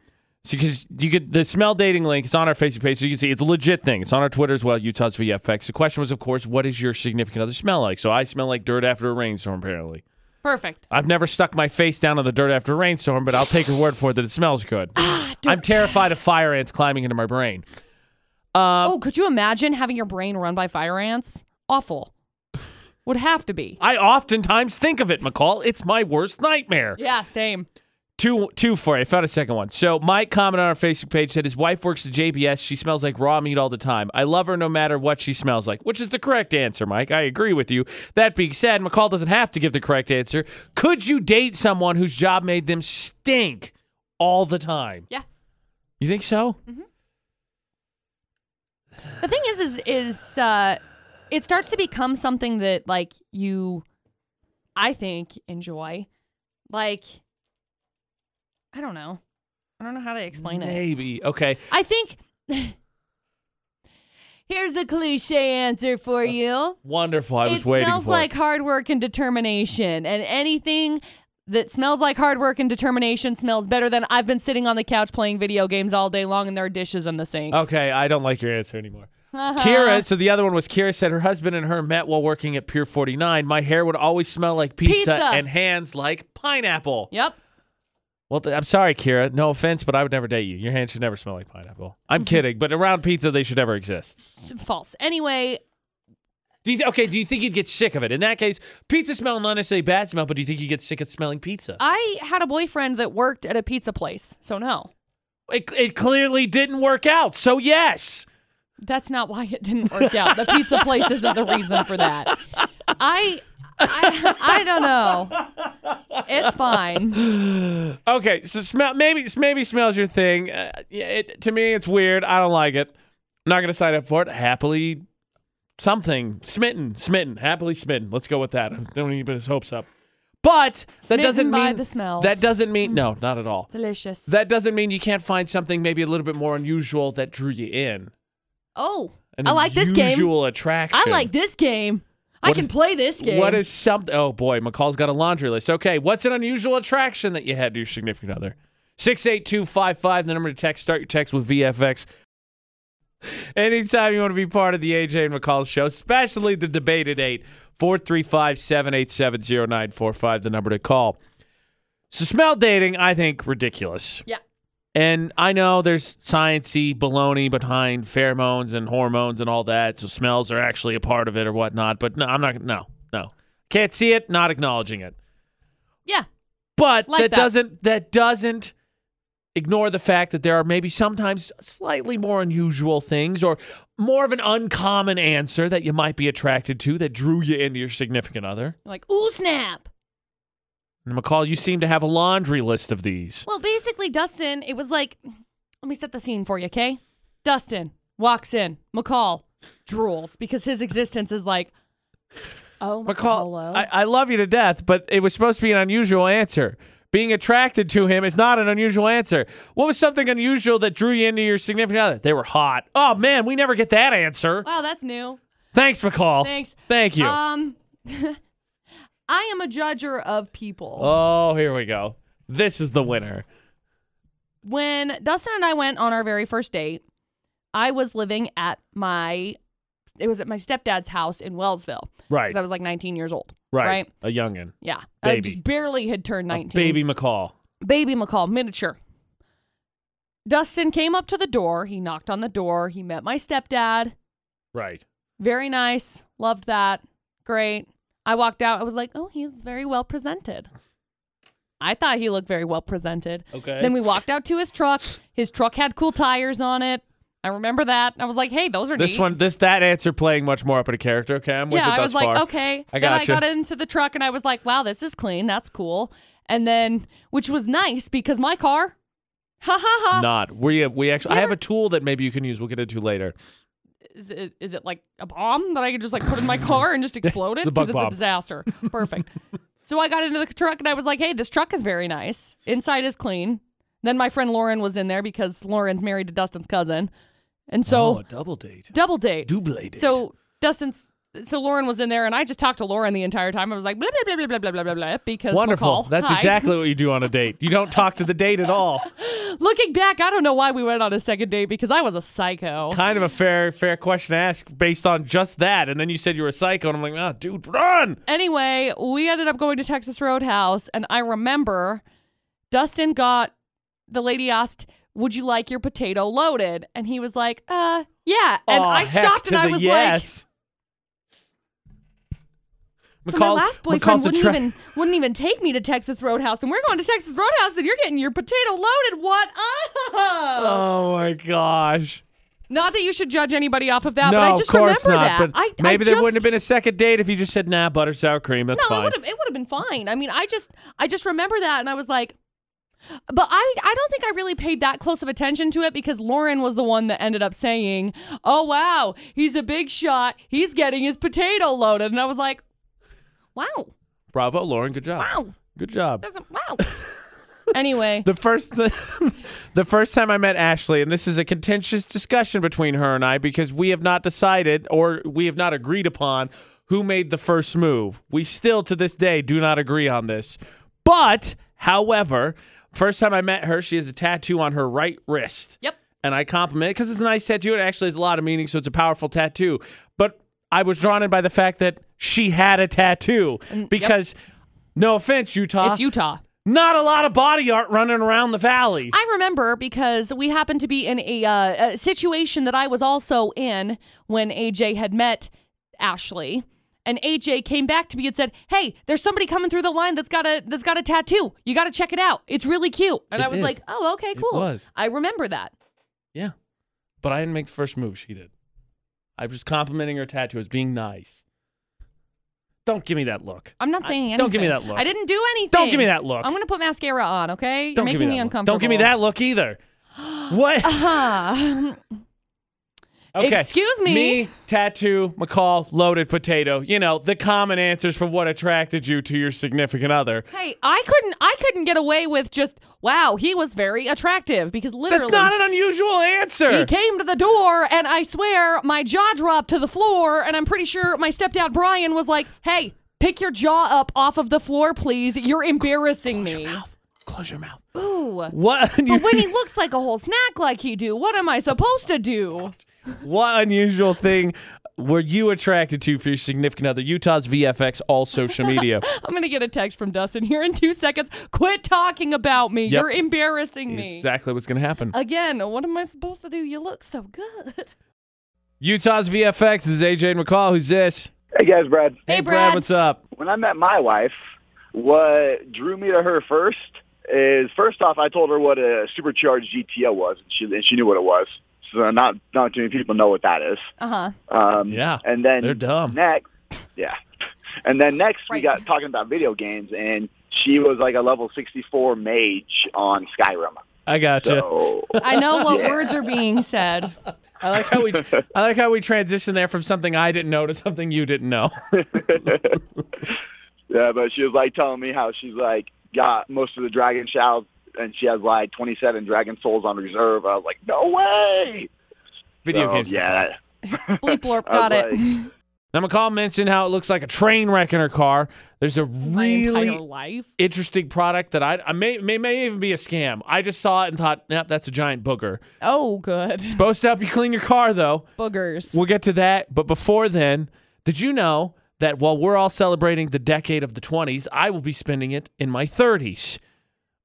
Speaker 1: Because you could, the smell dating link is on our Facebook page, so you can see it's a legit thing. It's on our Twitter as well, Utah's VFX. The question was, of course, what is your significant other smell like? So I smell like dirt after a rainstorm, apparently.
Speaker 2: Perfect.
Speaker 1: I've never stuck my face down in the dirt after a rainstorm, but I'll take your word for it that it smells good. I'm terrified of fire ants climbing into my brain. Uh,
Speaker 2: oh, could you imagine having your brain run by fire ants? Awful. Would have to be.
Speaker 1: I oftentimes think of it, McCall. It's my worst nightmare.
Speaker 2: Yeah, same.
Speaker 1: Two, two for you. I found a second one. So Mike commented on our Facebook page said his wife works at JBS. She smells like raw meat all the time. I love her no matter what she smells like, which is the correct answer, Mike. I agree with you. That being said, McCall doesn't have to give the correct answer. Could you date someone whose job made them stink all the time?
Speaker 2: Yeah.
Speaker 1: You think so?
Speaker 2: The thing is, is, is, uh, it starts to become something that, like, you, I think, enjoy. Like, I don't know. I don't know how to explain it.
Speaker 1: Maybe. Okay.
Speaker 2: I think [LAUGHS]
Speaker 5: Here's a cliche answer for you.
Speaker 1: Wonderful. Uh, I was
Speaker 2: it
Speaker 1: waiting
Speaker 2: smells
Speaker 1: for
Speaker 2: like
Speaker 1: it.
Speaker 2: hard work and determination, and anything that smells like hard work and determination smells better than I've been sitting on the couch playing video games all day long and there are dishes in the sink. [LAUGHS] Uh-huh.
Speaker 1: Okay, I don't like your answer anymore.
Speaker 2: Uh,
Speaker 1: Kira, so the other one was Kira said her husband and her met while working at Pier 49. My hair would always smell like pizza,
Speaker 2: Pizza.
Speaker 1: and hands like pineapple.
Speaker 2: Yep.
Speaker 1: Well, th- I'm sorry, Kira. No offense, but I would never date you. Your hands should never smell like pineapple. I'm kidding, but around pizza, they should never exist.
Speaker 2: False. Anyway,
Speaker 1: Do you th- okay, do you think you'd get sick of it? In that case, pizza smell, not necessarily bad smell, but do you think you get sick of smelling pizza?
Speaker 2: I had a boyfriend that worked at a pizza place, so no.
Speaker 1: it, it clearly didn't work out, so yes.
Speaker 2: That's not why it didn't work out. The pizza place isn't the reason for that. I I, I don't know. It's fine.
Speaker 1: Okay, so smell maybe maybe smells your thing. Uh, yeah, it, to me, it's weird. I don't like it. I'm not gonna sign up for it. Happily, something smitten, smitten, happily smitten. Let's go with that. I don't even put his hopes up. But that
Speaker 2: Smitten
Speaker 1: doesn't
Speaker 2: by
Speaker 1: mean
Speaker 2: the smells. Mm-hmm.
Speaker 1: that doesn't mean no, not at all.
Speaker 2: Delicious.
Speaker 1: That doesn't mean you can't find something maybe a little bit more unusual that drew you in.
Speaker 2: oh,
Speaker 1: An
Speaker 2: I like this game.
Speaker 1: Usual attraction.
Speaker 2: I like this game. I
Speaker 1: What
Speaker 2: can
Speaker 1: is-
Speaker 2: play this game.
Speaker 1: What is something? Oh boy, McCall's got a laundry list. Okay, what's an unusual attraction that you had to your significant other? Six eight two five five. The number to text. Start your text with VFX. Anytime you want to be part of the AJ and McCall show, especially the debate at eight four three five seven eight seven zero nine four five. The number to call. So smell dating, I think ridiculous.
Speaker 2: Yeah.
Speaker 1: And I know there's sciency baloney behind pheromones and hormones and all that, so smells are actually a part of it or whatnot. But no, I'm not. No, no, can't see it. Not acknowledging it.
Speaker 2: Yeah.
Speaker 1: But
Speaker 2: Like
Speaker 1: that,
Speaker 2: that.
Speaker 1: doesn't that doesn't ignore the fact that there are maybe sometimes slightly more unusual things or more of an uncommon answer that you might be attracted to that drew you into your significant other.
Speaker 2: Like, ooh, snap.
Speaker 1: And McCall, you seem to have a laundry list of these.
Speaker 2: Well, basically, Dustin, it was like Let me set the scene for you, okay? Dustin walks in. McCall drools because his existence is like, oh, hello.
Speaker 1: McCall, I, I love you to death, but it was supposed to be an unusual answer. Being attracted to him is not an unusual answer. What was something unusual that drew you into your significant other? They were hot. Oh man, we never get that answer.
Speaker 2: wow, that's new.
Speaker 1: Thanks, McCall.
Speaker 2: Thanks.
Speaker 1: Thank you.
Speaker 2: Um, [LAUGHS] I am a judger of people.
Speaker 1: oh, here we go. This is the winner.
Speaker 2: when Dustin and I went on our very first date, I was living at my it was at my stepdad's house in Wellsville. 'cause
Speaker 1: Right.
Speaker 2: I was like 19 years old.
Speaker 1: right.
Speaker 2: right.
Speaker 1: A youngin.
Speaker 2: Yeah. I
Speaker 1: Baby.
Speaker 2: just barely had turned
Speaker 1: A
Speaker 2: 19.
Speaker 1: Baby McCall.
Speaker 2: Baby McCall, miniature. Dustin came up to the door. He knocked on the door. He met my stepdad.
Speaker 1: Right.
Speaker 2: Very nice. Loved that. Great. I walked out. I was like, oh, he's very well presented. I thought he looked very well presented.
Speaker 1: Okay.
Speaker 2: Then we walked out to his truck. His truck had cool tires on it. I remember that. I was like, hey, those are
Speaker 1: this
Speaker 2: neat.
Speaker 1: one, this that answer playing much more up into character. Okay, I'm with
Speaker 2: yeah,
Speaker 1: it
Speaker 2: I
Speaker 1: thus
Speaker 2: was like,
Speaker 1: far.
Speaker 2: okay.
Speaker 1: I
Speaker 2: then I
Speaker 1: gotcha.
Speaker 2: got into the truck and I was like, wow, this is clean. That's cool. And then, which was nice because my car, ha ha ha.
Speaker 1: Not. We have, we actually. I
Speaker 2: You
Speaker 1: have
Speaker 2: ever-
Speaker 1: a tool that maybe you can use. We'll get into later.
Speaker 2: Is, it, is it like a bomb that I could just like put in my car
Speaker 1: [LAUGHS]
Speaker 2: and just explode it?
Speaker 1: It's a bug
Speaker 2: 'Cause
Speaker 1: bomb. [LAUGHS]
Speaker 2: a disaster. Perfect. so I got into the truck and I was like, hey, this truck is very nice. Inside is clean. Then my friend Lauren was in there because Lauren's married to Dustin's cousin. And so
Speaker 1: Oh, a double date,
Speaker 2: double date.
Speaker 1: double date.
Speaker 2: So Dustin's so Lauren was in there, and I just talked to Lauren the entire time. I was like blah blah blah blah blah blah blah blah because
Speaker 1: wonderful.
Speaker 2: McCall,
Speaker 1: That's
Speaker 2: hi.
Speaker 1: exactly what you do on a date. You don't talk to the date at all.
Speaker 2: [LAUGHS] Looking back, I don't know why we went on a second date because I was a psycho.
Speaker 1: kind of a fair fair question to ask based on just that. And then you said you were a psycho, and I'm like, ah, dude, run.
Speaker 2: Anyway, we ended up going to Texas Roadhouse, and I remember Dustin got the lady asked, "Would you like your potato loaded?" And he was like, "Uh, yeah." And
Speaker 1: Aw,
Speaker 2: I
Speaker 1: heck
Speaker 2: stopped
Speaker 1: to
Speaker 2: and I
Speaker 1: the
Speaker 2: was like.
Speaker 1: yes.
Speaker 2: But my
Speaker 1: McCall-
Speaker 2: last boyfriend
Speaker 1: McCall's
Speaker 2: wouldn't
Speaker 1: attra-
Speaker 2: even wouldn't even take me to Texas Roadhouse, and we're going to Texas Roadhouse, and you're getting your potato loaded. What up?
Speaker 1: [LAUGHS] Oh my gosh.
Speaker 2: not that you should judge anybody off of that,
Speaker 1: no,
Speaker 2: but I just
Speaker 1: of course
Speaker 2: remember
Speaker 1: not. But
Speaker 2: that. I,
Speaker 1: maybe
Speaker 2: I
Speaker 1: there
Speaker 2: just,
Speaker 1: wouldn't have been a second date if you just said, nah, butter sour cream. That's
Speaker 2: No, it
Speaker 1: fine.
Speaker 2: would have it would have been fine. I mean, I just I just remember that, and I was like, but I I don't think I really paid that close of attention to it because Lauren was the one that ended up saying, "Oh wow, he's a big shot. He's getting his potato loaded," and I was like, "Wow,
Speaker 1: Bravo, Lauren. Good job.
Speaker 2: wow,
Speaker 1: Good job.
Speaker 2: doesn't wow."
Speaker 1: [LAUGHS]
Speaker 2: anyway.
Speaker 1: The first the, [LAUGHS] the first time I met Ashley, and this is a contentious discussion between her and I because we have not decided or we have not agreed upon who made the first move. We still to this day do not agree on this. But, however, first time I met her, she has a tattoo on her right wrist.
Speaker 2: Yep.
Speaker 1: And I compliment it because it's a nice tattoo. It actually has a lot of meaning, so it's a powerful tattoo. But I was drawn in by the fact that she had a tattoo because, no offense, Utah,
Speaker 2: Mm, It's Utah.
Speaker 1: not a lot of body art running around the valley.
Speaker 2: I remember because we happened to be in a, uh, a situation that I was also in when AJ had met Ashley. And AJ came back to me and said, "Hey, there's somebody coming through the line that's got a that's got a tattoo. You got to check it out. It's really cute." And
Speaker 1: It
Speaker 2: I was
Speaker 1: is.
Speaker 2: like, "Oh, okay,
Speaker 1: It
Speaker 2: cool."
Speaker 1: was.
Speaker 2: I remember that.
Speaker 1: yeah. But I didn't make the first move. She did. I was just complimenting her tattoo as being nice. Don't give me that look.
Speaker 2: I'm not saying anything.
Speaker 1: don't give me that look.
Speaker 2: I didn't do anything.
Speaker 1: Don't give me that look.
Speaker 2: I'm gonna put mascara on. Okay,
Speaker 1: Don't
Speaker 2: you're
Speaker 1: give
Speaker 2: making
Speaker 1: me,
Speaker 2: me
Speaker 1: that look.
Speaker 2: uncomfortable.
Speaker 1: Don't give me that look
Speaker 2: [GASPS]
Speaker 1: either. What?
Speaker 2: Uh-huh.
Speaker 1: Okay.
Speaker 2: Excuse me.
Speaker 1: Me, tattoo, McCall, loaded potato. You know, the common answers for what attracted you to your significant other.
Speaker 2: [SIGHS] Hey, I couldn't I couldn't get away with just wow, he was very attractive because literally
Speaker 1: That's not an unusual answer.
Speaker 2: He came to the door, and I swear my jaw dropped to the floor. And I'm pretty sure my stepdad Brian was like, "Hey, pick your jaw up off of the floor, please. You're embarrassing me."
Speaker 1: Close your mouth.
Speaker 2: Ooh.
Speaker 1: What? [LAUGHS]
Speaker 2: But when he looks like a whole snack like he do, what am I supposed to do?
Speaker 1: What unusual thing were you attracted to for your significant other? Utah's VFX, all social media.
Speaker 2: I'm gonna get a text from Dustin here in two seconds. Quit talking about me.
Speaker 1: Yep.
Speaker 2: You're embarrassing [LAUGHS] me.
Speaker 1: exactly what's going to happen.
Speaker 2: Again, what am I supposed to do? You look so good.
Speaker 1: Utah's VFX this is AJ and McCall. Who's this?
Speaker 6: Hey guys, Brad.
Speaker 1: Hey,
Speaker 2: Brad.
Speaker 1: What's up?
Speaker 6: When I met my wife, what drew me to her first is first off, I told her what a supercharged GTO was, and she and she knew what it was. So not not too many people know what that is.
Speaker 2: Uh huh.
Speaker 6: Um,
Speaker 1: Yeah,
Speaker 6: and then
Speaker 1: they're dumb.
Speaker 6: Next, yeah, and then next we
Speaker 2: Right.
Speaker 6: got talking about video games, and she was like a level sixty four mage on Skyrim.
Speaker 1: I got you.
Speaker 6: So
Speaker 2: I
Speaker 1: [LAUGHS]
Speaker 2: know what words are being said.
Speaker 1: I like how we
Speaker 6: [LAUGHS]
Speaker 1: I like how we transitioned there from something I didn't know to something you didn't know.
Speaker 6: [LAUGHS]
Speaker 1: [LAUGHS]
Speaker 6: yeah, but she was like telling me how she's like got most of the dragon shouts and she has like 27 dragon souls on reserve. I was like, no way.
Speaker 1: Video
Speaker 6: So,
Speaker 1: games.
Speaker 6: Oh, Yeah. that-
Speaker 2: Bleep blorp,
Speaker 6: I was
Speaker 2: got it.
Speaker 6: like,
Speaker 1: Now McCall mentioned how it looks like a train wreck in her car. There's a
Speaker 2: [LAUGHS] My
Speaker 1: really
Speaker 2: entire life.
Speaker 1: interesting product that I, I may, may may even be a scam. I just saw it and thought, yep, that's a giant booger.
Speaker 2: Oh, good.
Speaker 1: Supposed to help you clean your car though.
Speaker 2: Boogers.
Speaker 1: We'll get to that. But before then, did you know that while we're all celebrating the decade of the 20s, I will be spending it in my 30s?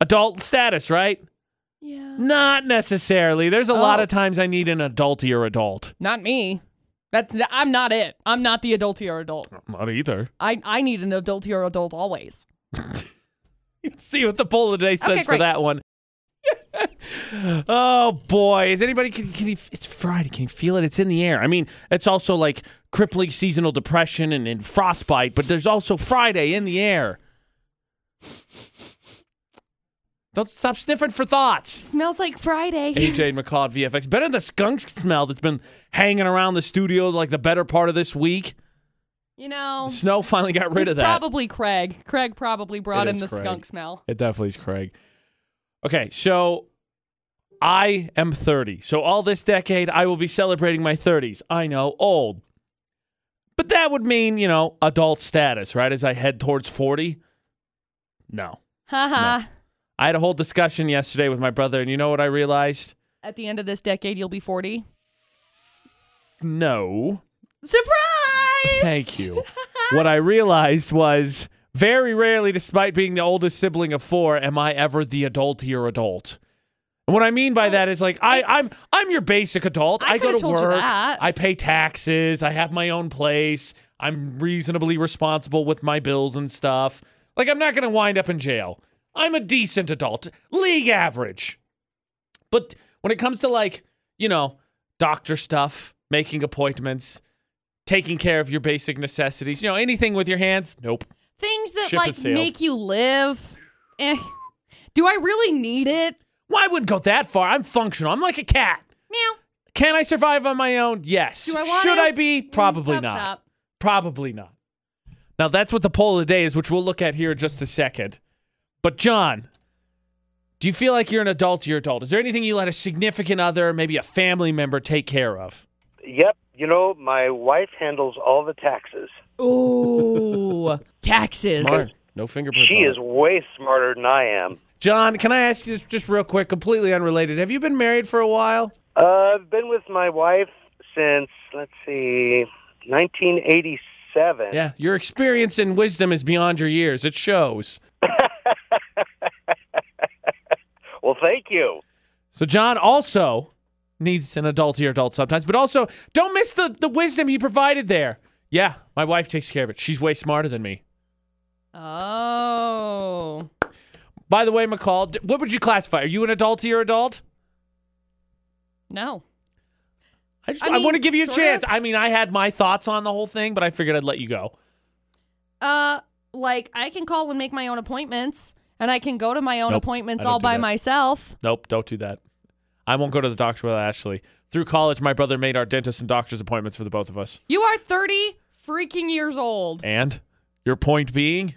Speaker 1: Adult status, right?
Speaker 5: Yeah.
Speaker 1: Not necessarily. There's a lot
Speaker 2: Oh.
Speaker 1: of times I need an adultier adult.
Speaker 2: Not me. That's I'm not it. I'm not the adultier adult.
Speaker 1: Not either.
Speaker 2: I, I need an adultier adult always.
Speaker 1: [LAUGHS] See what the poll of the day says for
Speaker 2: great.
Speaker 1: that one. [LAUGHS] oh boy, is anybody can, can you, it's Friday? Can you feel it? It's in the air. I mean, it's also like crippling seasonal depression and, and frostbite, but there's also Friday in the air. Don't stop sniffing for thoughts.
Speaker 5: Smells like Friday.
Speaker 1: AJ and McCall at VFX. Better than the skunk smell that's been hanging around the studio like the better part of this week.
Speaker 2: [LAUGHS] You know,
Speaker 1: [LAUGHS] The snow finally got rid
Speaker 2: it's
Speaker 1: of that.
Speaker 2: probably Craig. Craig probably brought
Speaker 1: It
Speaker 2: in
Speaker 1: is
Speaker 2: the
Speaker 1: Craig. [LAUGHS]
Speaker 2: skunk smell.
Speaker 1: It definitely is Craig. Okay, so I am 30. So all this decade, I will be celebrating my 30s. I know, old. But that would mean, you know, adult status, right? As I head towards 40. No.
Speaker 2: Haha.
Speaker 1: I had a whole discussion yesterday with my brother, and you know what I realized?
Speaker 2: At the end of this decade, you'll be 40.
Speaker 1: No.
Speaker 2: Surprise!
Speaker 1: Thank you. what I realized was very rarely, despite being the oldest sibling of four, am I ever the adultier adult. And what I mean by that is like I, I'm I'm your basic adult.
Speaker 2: I
Speaker 1: I, go
Speaker 2: could've
Speaker 1: to
Speaker 2: told you
Speaker 1: work.
Speaker 2: that.
Speaker 1: I pay taxes. I have my own place. I'm reasonably responsible with my bills and stuff. Like I'm not gonna wind up in jail. I'm a decent adult, league average. But when it comes to like, you know, doctor stuff, making appointments, taking care of your basic necessities, you know, anything with your hands, nope.
Speaker 2: Things that
Speaker 1: Ship has
Speaker 2: like
Speaker 1: sailed.
Speaker 2: make you live. Eh. Do I really need it?
Speaker 1: Well, I wouldn't go that far. I'm functional. I'm like a cat.
Speaker 2: Meow.
Speaker 1: Can I survive on my own? Yes.
Speaker 2: Do I want Mm,
Speaker 1: Should
Speaker 2: to?
Speaker 1: I be? Probably
Speaker 2: Stop,
Speaker 1: not.
Speaker 2: stop.
Speaker 1: Probably not. Now that's what the poll of the day is, which we'll look at here in just a second. But John, do you feel like you're an adult? You're adult. Is there anything you let a significant other, maybe a family member, take care of?
Speaker 4: Yep. You know, my wife handles all the taxes.
Speaker 2: Ooh, [LAUGHS] taxes.
Speaker 1: Smart. No fingerprints.
Speaker 4: She
Speaker 1: on
Speaker 4: is
Speaker 1: it.
Speaker 4: way smarter than I am.
Speaker 1: John, can I ask you this just real quick, completely unrelated? Have you been married for a while?
Speaker 4: Uh, I've been with my wife since, let's see, 1987.
Speaker 1: Yeah. Your experience and wisdom is beyond your years. It shows.
Speaker 4: Well, thank you.
Speaker 1: So John also needs an adultier adult sometimes, but also don't miss the, the wisdom he provided there. Yeah, my wife takes care of it. She's way smarter than me.
Speaker 2: Oh.
Speaker 1: By the way, McCall, d- what would you classify? Are you an adultier adult?
Speaker 2: No.
Speaker 1: I, just,
Speaker 2: I
Speaker 1: I,
Speaker 2: mean,
Speaker 1: want to give you a
Speaker 2: sort
Speaker 1: chance.
Speaker 2: of.
Speaker 1: I mean, I had my thoughts on the whole thing, but I figured I'd let you go.
Speaker 2: Uh, like I can call and make my own appointments, and I can go to my own
Speaker 1: Nope, I
Speaker 2: appointments
Speaker 1: don't
Speaker 2: all
Speaker 1: do
Speaker 2: by
Speaker 1: that.
Speaker 2: myself.
Speaker 1: Nope, don't do that. I won't go to the doctor with Ashley. Through college, my brother made our dentist and doctor's appointments for the both of us.
Speaker 2: You are 30 freaking years old.
Speaker 1: And your point being,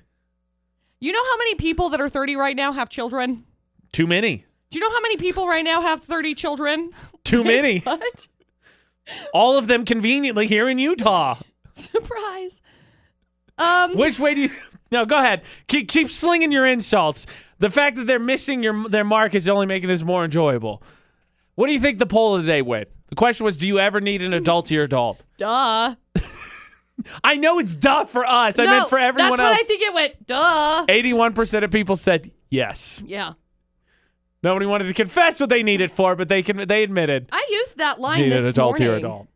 Speaker 2: You know how many people that are 30 right now have children?
Speaker 1: too many.
Speaker 2: Do you know how many people right now have 30 children?
Speaker 1: Too many.
Speaker 2: [LAUGHS] What?
Speaker 1: All of them conveniently here in Utah.
Speaker 2: Surprise. Um,
Speaker 1: Which way do you? [LAUGHS] No, go ahead. Keep keep slinging your insults. The fact that they're missing your their mark is only making this more enjoyable. What do you think the poll of the day went? The question was, do you ever need an adult or adult?
Speaker 2: duh.
Speaker 1: I know it's duh for us. I
Speaker 2: no,
Speaker 1: meant for everyone
Speaker 2: that's what I
Speaker 1: else.
Speaker 2: think it went. Duh.
Speaker 1: Eighty-one percent of people said yes.
Speaker 2: Yeah.
Speaker 1: Nobody wanted to confess what they needed for, but they can they admitted
Speaker 2: I used that line
Speaker 1: need
Speaker 2: this
Speaker 1: an adult
Speaker 2: morning.
Speaker 1: or adult.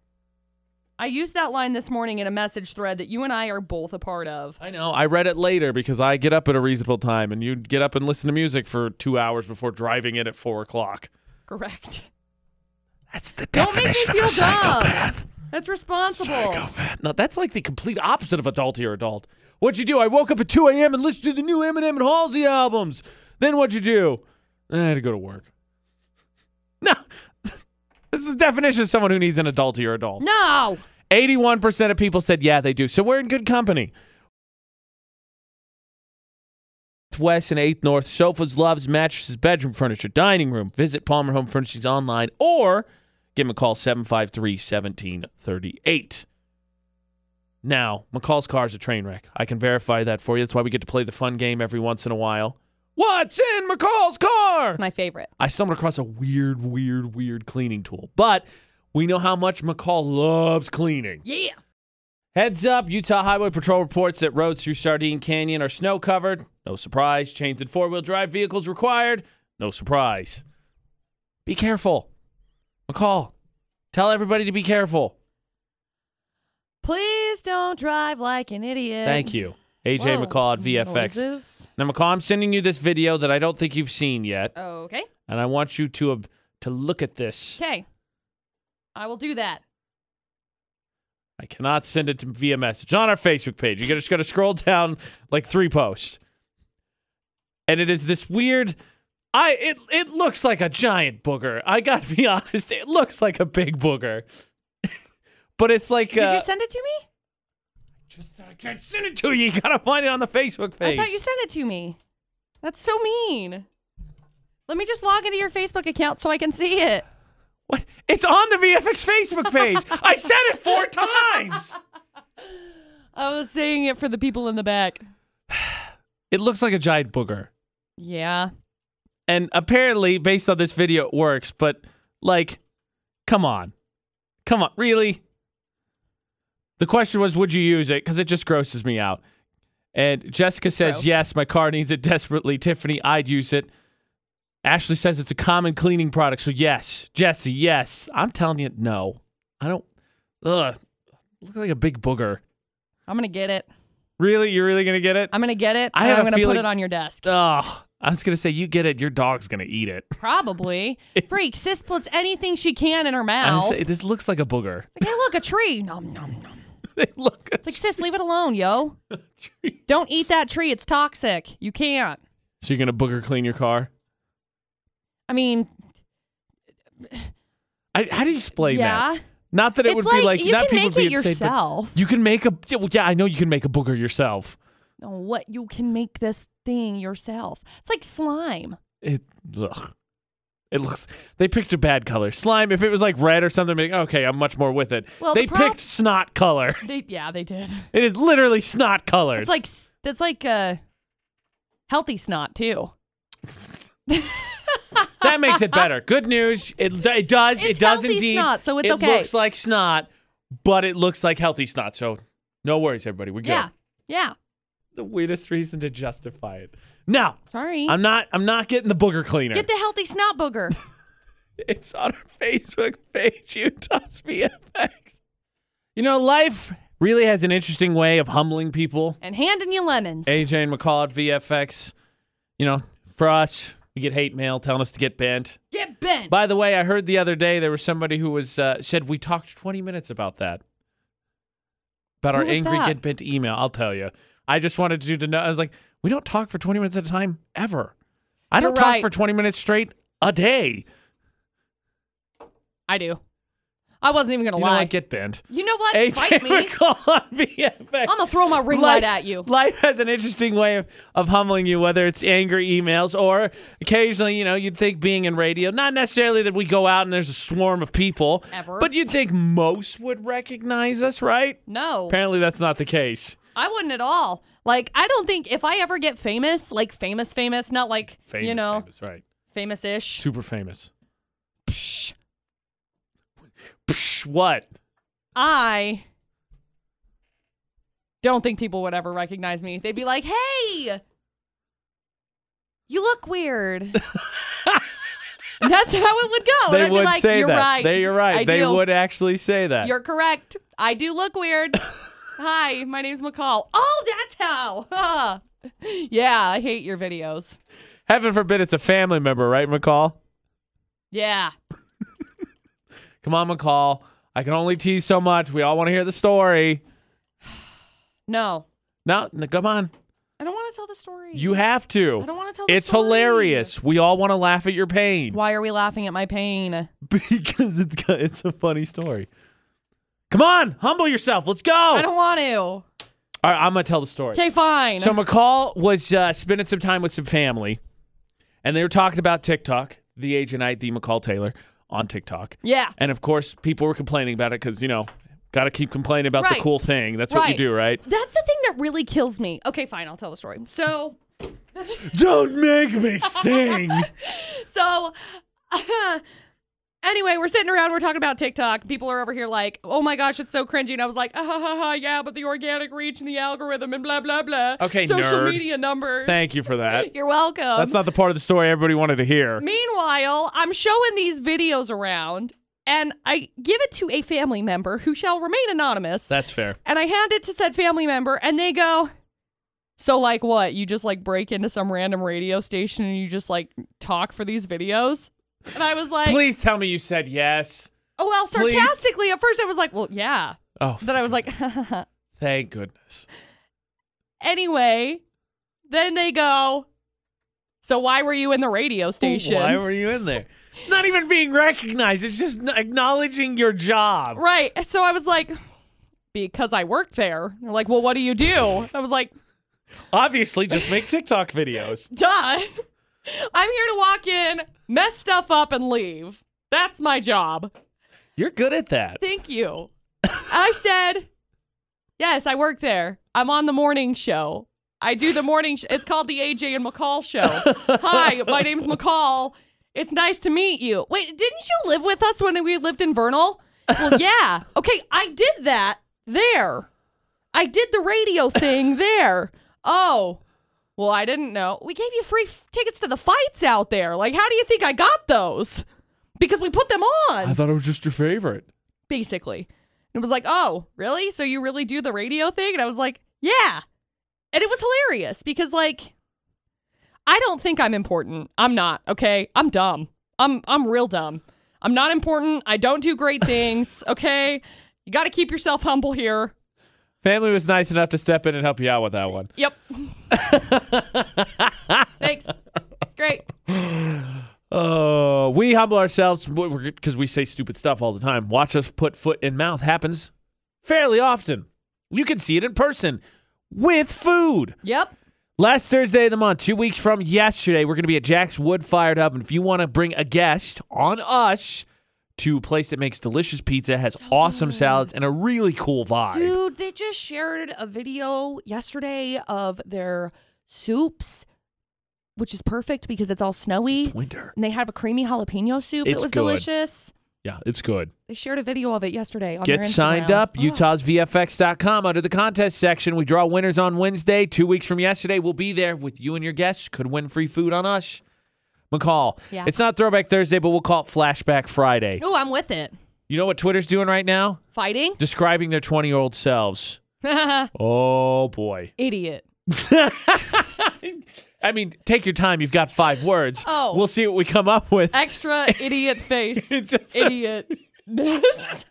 Speaker 2: I used that line this morning in a message thread that you and I are both a part of.
Speaker 1: I know. I read it later because I get up at a reasonable time, and you get up and listen to music for two hours before driving in at four o'clock.
Speaker 2: Correct.
Speaker 1: That's the
Speaker 2: Don't make me
Speaker 1: definition
Speaker 2: feel
Speaker 1: of a
Speaker 2: dumb.
Speaker 1: psychopath.
Speaker 2: That's responsible.
Speaker 1: Psychopath. No, that's like the complete opposite of adult here, adult. What'd you do? I woke up at 2 a.m. and listened to the new Eminem and Halsey albums. Then what'd you do? I had to go to work. [LAUGHS] No. [LAUGHS] This is the definition of someone who needs an adult to your adult.
Speaker 2: No.
Speaker 1: 81% of people said, yeah, they do. So we're in good company. West and 8th North, sofas, loves, mattresses, bedroom furniture, dining room. Visit Palmer Home Furnishings online or give them a call 753 1738. Now, McCall's car is a train wreck. I can verify that for you. That's why we get to play the fun game every once in a while. What's in McCall's car?
Speaker 2: My favorite.
Speaker 1: I stumbled across a weird, weird, weird cleaning tool. But we know how much McCall loves cleaning.
Speaker 2: Yeah.
Speaker 1: Heads up, Utah Highway Patrol reports that roads through Sardine Canyon are snow covered. No surprise. Chains and four wheel drive vehicles required. No surprise. Be careful. McCall, tell everybody to be careful.
Speaker 5: Please don't drive like an idiot.
Speaker 1: Thank you. AJ
Speaker 5: Whoa.
Speaker 1: McCall at VFX.
Speaker 5: Noises.
Speaker 1: Now, McCall, I'm sending you this video that I don't think you've seen yet,
Speaker 2: Okay.
Speaker 1: and I want you to ob to look at this.
Speaker 2: Okay. I will do that.
Speaker 1: I cannot send it to via message on our Facebook page. You're just going to scroll down like three posts, and it is this weird. I it it looks like a giant booger. I got to be [LAUGHS] honest, it looks like a big booger, [LAUGHS] but it's like
Speaker 2: Did
Speaker 1: uh,
Speaker 2: you send it to me?
Speaker 1: just- I can't send it to you. You gotta find it on the Facebook
Speaker 2: I
Speaker 1: page.
Speaker 2: thought you sent it to me. That's so mean. Let me just log into your Facebook account so I can see it.
Speaker 1: what? It's on the VFX Facebook
Speaker 2: [LAUGHS]
Speaker 1: page. I said it four times.
Speaker 2: I was saying it for the people in the back.
Speaker 1: It looks like a giant booger.
Speaker 2: Yeah.
Speaker 1: And apparently, based on this video, it works. But like, come on, come on, really? The question was, would you use it? Because it just grosses me out. And Jessica says,
Speaker 2: Gross.
Speaker 1: yes, my car needs it [LAUGHS] desperately. Tiffany, I'd use it. Ashley says it's a common cleaning product, so yes. Jesse, yes. I'm telling you, no. I don't. Ugh, look like a big booger.
Speaker 2: I'm going to get it.
Speaker 1: Really, you're really gonna get it?
Speaker 2: I'm going to get it.
Speaker 1: I
Speaker 2: and
Speaker 1: have
Speaker 2: I'm
Speaker 1: a
Speaker 2: going to put
Speaker 1: feeling-
Speaker 2: it on your desk.
Speaker 1: Ugh. I was gonna say, you get it. Your dog's gonna eat it.
Speaker 2: Probably. Freak, sis puts anything she can in her mouth.
Speaker 1: Honestly, this looks like a booger.
Speaker 2: Like, hey, look, a tree. Nom, nom, nom.
Speaker 1: [LAUGHS] they look.
Speaker 2: It's like, sis, leave it
Speaker 1: [LAUGHS]
Speaker 2: alone, yo. Don't eat that tree. It's toxic. You can't.
Speaker 1: So you're gonna booger clean your car?
Speaker 2: I mean,
Speaker 1: I, how do you explain
Speaker 2: yeah.
Speaker 1: that? Not that it
Speaker 2: it's
Speaker 1: would be
Speaker 2: like,
Speaker 1: like
Speaker 2: you
Speaker 1: not
Speaker 2: can
Speaker 1: people
Speaker 2: make
Speaker 1: would
Speaker 2: it
Speaker 1: be upset, but
Speaker 2: yourself.
Speaker 1: You can make a yeah, well, yeah. I know you can make a booger yourself.
Speaker 2: No, what you can make this thing yourself. It's like slime.
Speaker 1: It ugh. it looks they picked a bad color slime. If it was like red or something, I'd be like, okay, I'm much more with it.
Speaker 2: Well, the
Speaker 1: they
Speaker 2: prob-
Speaker 1: picked snot color. [LAUGHS]
Speaker 2: They, yeah, they did.
Speaker 1: It is literally snot colored.
Speaker 2: It's like s- that's like a healthy snot too.
Speaker 1: that makes it
Speaker 2: [LAUGHS]
Speaker 1: better. Good news. It, it does.
Speaker 2: It's
Speaker 1: it does
Speaker 2: healthy
Speaker 1: indeed.
Speaker 2: snot, so it's
Speaker 1: it
Speaker 2: okay.
Speaker 1: looks like snot, but it looks like healthy snot. So no worries, everybody. We're good.
Speaker 2: Yeah. Yeah.
Speaker 1: The weirdest reason to justify it. Now,
Speaker 2: Sorry.
Speaker 1: I'm not. I'm not getting the booger cleaner.
Speaker 2: Get the healthy
Speaker 1: [LAUGHS]
Speaker 2: snot booger.
Speaker 1: it's on our Facebook page, Utah's VFX. You know, life really has an interesting way of humbling people.
Speaker 2: and handing you lemons.
Speaker 1: AJ and McCall at VFX. You know, for us, we get hate mail telling us to get bent.
Speaker 2: Get bent.
Speaker 1: By the way, I heard the other day there was somebody who was uh, said we talked 20 minutes about that. About our
Speaker 2: Who was
Speaker 1: angry
Speaker 2: that?
Speaker 1: get bent email. I'll tell you. I just wanted you to know. I was like, we don't talk for 20 minutes at a time ever. I
Speaker 2: You're
Speaker 1: don't
Speaker 2: right.
Speaker 1: talk for 20 minutes straight a day.
Speaker 2: I do. I wasn't even gonna
Speaker 1: You know,
Speaker 2: lie.
Speaker 1: I get bent.
Speaker 2: you know what?
Speaker 1: AJ
Speaker 2: Fight me.
Speaker 1: McCall on [LAUGHS] VFX.
Speaker 2: I'm gonna throw my ring light at you.
Speaker 1: Life has an interesting way of, of humbling you, whether it's angry emails or occasionally, you know, you'd think being in radio, not necessarily that we go out and there's a swarm of people,
Speaker 2: Ever.
Speaker 1: but you'd think most would recognize us, right?
Speaker 2: No,
Speaker 1: Apparently, that's not the case.
Speaker 2: I wouldn't at all. Like, I don't think if I ever get famous, like famous, famous, not like
Speaker 1: Famous,
Speaker 2: you know,
Speaker 1: famous, right?
Speaker 2: famous-ish.
Speaker 1: Super famous. Psh, what?
Speaker 2: I don't think people would ever recognize me. They'd be like, "Hey, you look weird."
Speaker 1: [LAUGHS]
Speaker 2: And that's how it would
Speaker 1: They
Speaker 2: go. Oh, and I'd
Speaker 1: would
Speaker 2: be like,
Speaker 1: say
Speaker 2: "You're
Speaker 1: that.
Speaker 2: right.
Speaker 1: They, you're right.
Speaker 2: I
Speaker 1: they
Speaker 2: do.
Speaker 1: would actually say that.
Speaker 2: You're correct. I do
Speaker 1: [LAUGHS]
Speaker 2: look weird." Hi, my name's McCall. Oh, that's how. [LAUGHS] Huh. yeah, I hate your videos.
Speaker 1: Heaven forbid it's a family member, right, McCall?
Speaker 2: Yeah.
Speaker 1: Come on, McCall. I can only tease so much. We all want to hear the story.
Speaker 2: No.
Speaker 1: No, n- come on.
Speaker 2: I don't want
Speaker 5: want to tell the story.
Speaker 1: You have to.
Speaker 5: I don't want to tell the
Speaker 1: It's
Speaker 5: story.
Speaker 1: hilarious. We all want to laugh at your pain
Speaker 2: Why are we laughing at my pain?
Speaker 1: [LAUGHS] because it's it's a funny story. Come on, humble yourself. Let's go.
Speaker 2: I don't want to.
Speaker 1: all right, I'm gonna tell the story.
Speaker 2: Okay, fine.
Speaker 1: So McCall was uh, spending some time with some family, and they were talking about TikTok. The agent I, the McCall Taylor, on TikTok.
Speaker 2: yeah.
Speaker 1: And of course, people were complaining about it because, you know, got to keep complaining about
Speaker 2: Right.
Speaker 1: the cool thing. That's what you
Speaker 2: Right.
Speaker 1: do, right?
Speaker 2: That's the thing that really kills me. Okay, fine. I'll tell the story. So,
Speaker 1: Don't make me sing.
Speaker 2: so [LAUGHS] anyway, we're sitting around, we're talking about TikTok. People are over here like, oh my gosh, it's so cringy. And I was like, ah, ha, ha, ha, yeah, but the organic reach and the algorithm and blah, blah, blah.
Speaker 1: Okay,
Speaker 2: Social
Speaker 1: nerd.
Speaker 2: media
Speaker 1: [LAUGHS]
Speaker 2: numbers.
Speaker 1: Thank you for that.
Speaker 2: You're welcome.
Speaker 1: That's not the part of the story everybody wanted to hear.
Speaker 2: Meanwhile, I'm showing these videos around and I give it to a family member who shall remain anonymous.
Speaker 1: That's fair.
Speaker 2: and I hand it to said family member, and they go, So, like, what? You just like break into some random radio station and you just like talk for these videos? And I was like,
Speaker 1: Please tell me you said yes.
Speaker 2: Oh, well,
Speaker 1: please.
Speaker 2: sarcastically, at first I was like, Well, yeah.
Speaker 1: Oh,
Speaker 2: Then I was like, [LAUGHS]
Speaker 1: thank goodness.
Speaker 2: Anyway, then they go, So, why were you in the radio station?
Speaker 1: Why were you in there? Not even being recognized. It's just n- acknowledging your job.
Speaker 2: Right. And so I was like, because I worked there. They're like, well, what do you do? I was like,
Speaker 1: Obviously, just make TikTok videos.
Speaker 2: duh. [LAUGHS] I'm here to walk in, mess stuff up, and leave. That's my job.
Speaker 1: You're good at that.
Speaker 2: Thank you. I said, yes, I work there. I'm on the morning show. I do the morning sh- It's called the AJ and McCall show. Hi, my name's McCall. It's nice to meet you. Wait, didn't you live with us when we lived in Vernal? Well, yeah. Okay, I did that there. I did the radio thing there. Oh, well, I didn't know. We gave you free f- tickets to the fights out there. Like, how do you think I got those? Because we put them on
Speaker 1: thought it was just your favorite.
Speaker 2: basically. And it was like, oh, really? So you really do the radio thing? And I was like, yeah. And it was hilarious because like I don't think I'm important. I'm not, okay? I'm dumb. I'm I'm real dumb. I'm not important. I don't do great things, okay? You gotta keep yourself humble here.
Speaker 1: Family was nice enough to step in and help you out with that one.
Speaker 2: Yep. Thanks. It's great.
Speaker 1: Uh, we humble ourselves because we say stupid stuff all the time. Watch us put foot in mouth happens fairly often. You can see it in person with food.
Speaker 2: Yep.
Speaker 1: Last Thursday of the month, two weeks from yesterday, we're going to be at Jack's Wood Fired Up. And if you want to bring a guest on us to a place that makes delicious pizza, has awesome salads, and a really cool vibe.
Speaker 2: Dude, they just shared a video yesterday of their soups, which is perfect because it's all snowy.
Speaker 1: Winter.
Speaker 2: And they have a creamy jalapeno soup.
Speaker 1: It's
Speaker 2: it was
Speaker 1: good.
Speaker 2: delicious.
Speaker 1: Yeah, it's good.
Speaker 2: They shared a video of it yesterday. On
Speaker 1: Get
Speaker 2: their
Speaker 1: signed
Speaker 2: Instagram.
Speaker 1: up,
Speaker 2: [GASPS] Oh.
Speaker 1: utahsvfx.com under the contest section. We draw winners on Wednesday. Two weeks from yesterday, we'll be there with you and your guests. Could win free food on us. McCall.
Speaker 2: Yeah.
Speaker 1: It's not Throwback Thursday, but we'll call it Flashback Friday.
Speaker 2: Ooh, I'm with it.
Speaker 1: You know what Twitter's doing right now?
Speaker 2: Fighting? [LAUGHS]
Speaker 1: Describing their 20 year old selves. Oh, boy. [LAUGHS]
Speaker 2: Idiot.
Speaker 1: I mean, take your time. You've got five words.
Speaker 2: Oh.
Speaker 1: We'll see what we come up with.
Speaker 2: Extra
Speaker 1: [LAUGHS]
Speaker 2: idiot face.
Speaker 1: Just-
Speaker 2: [LAUGHS] Idiotness.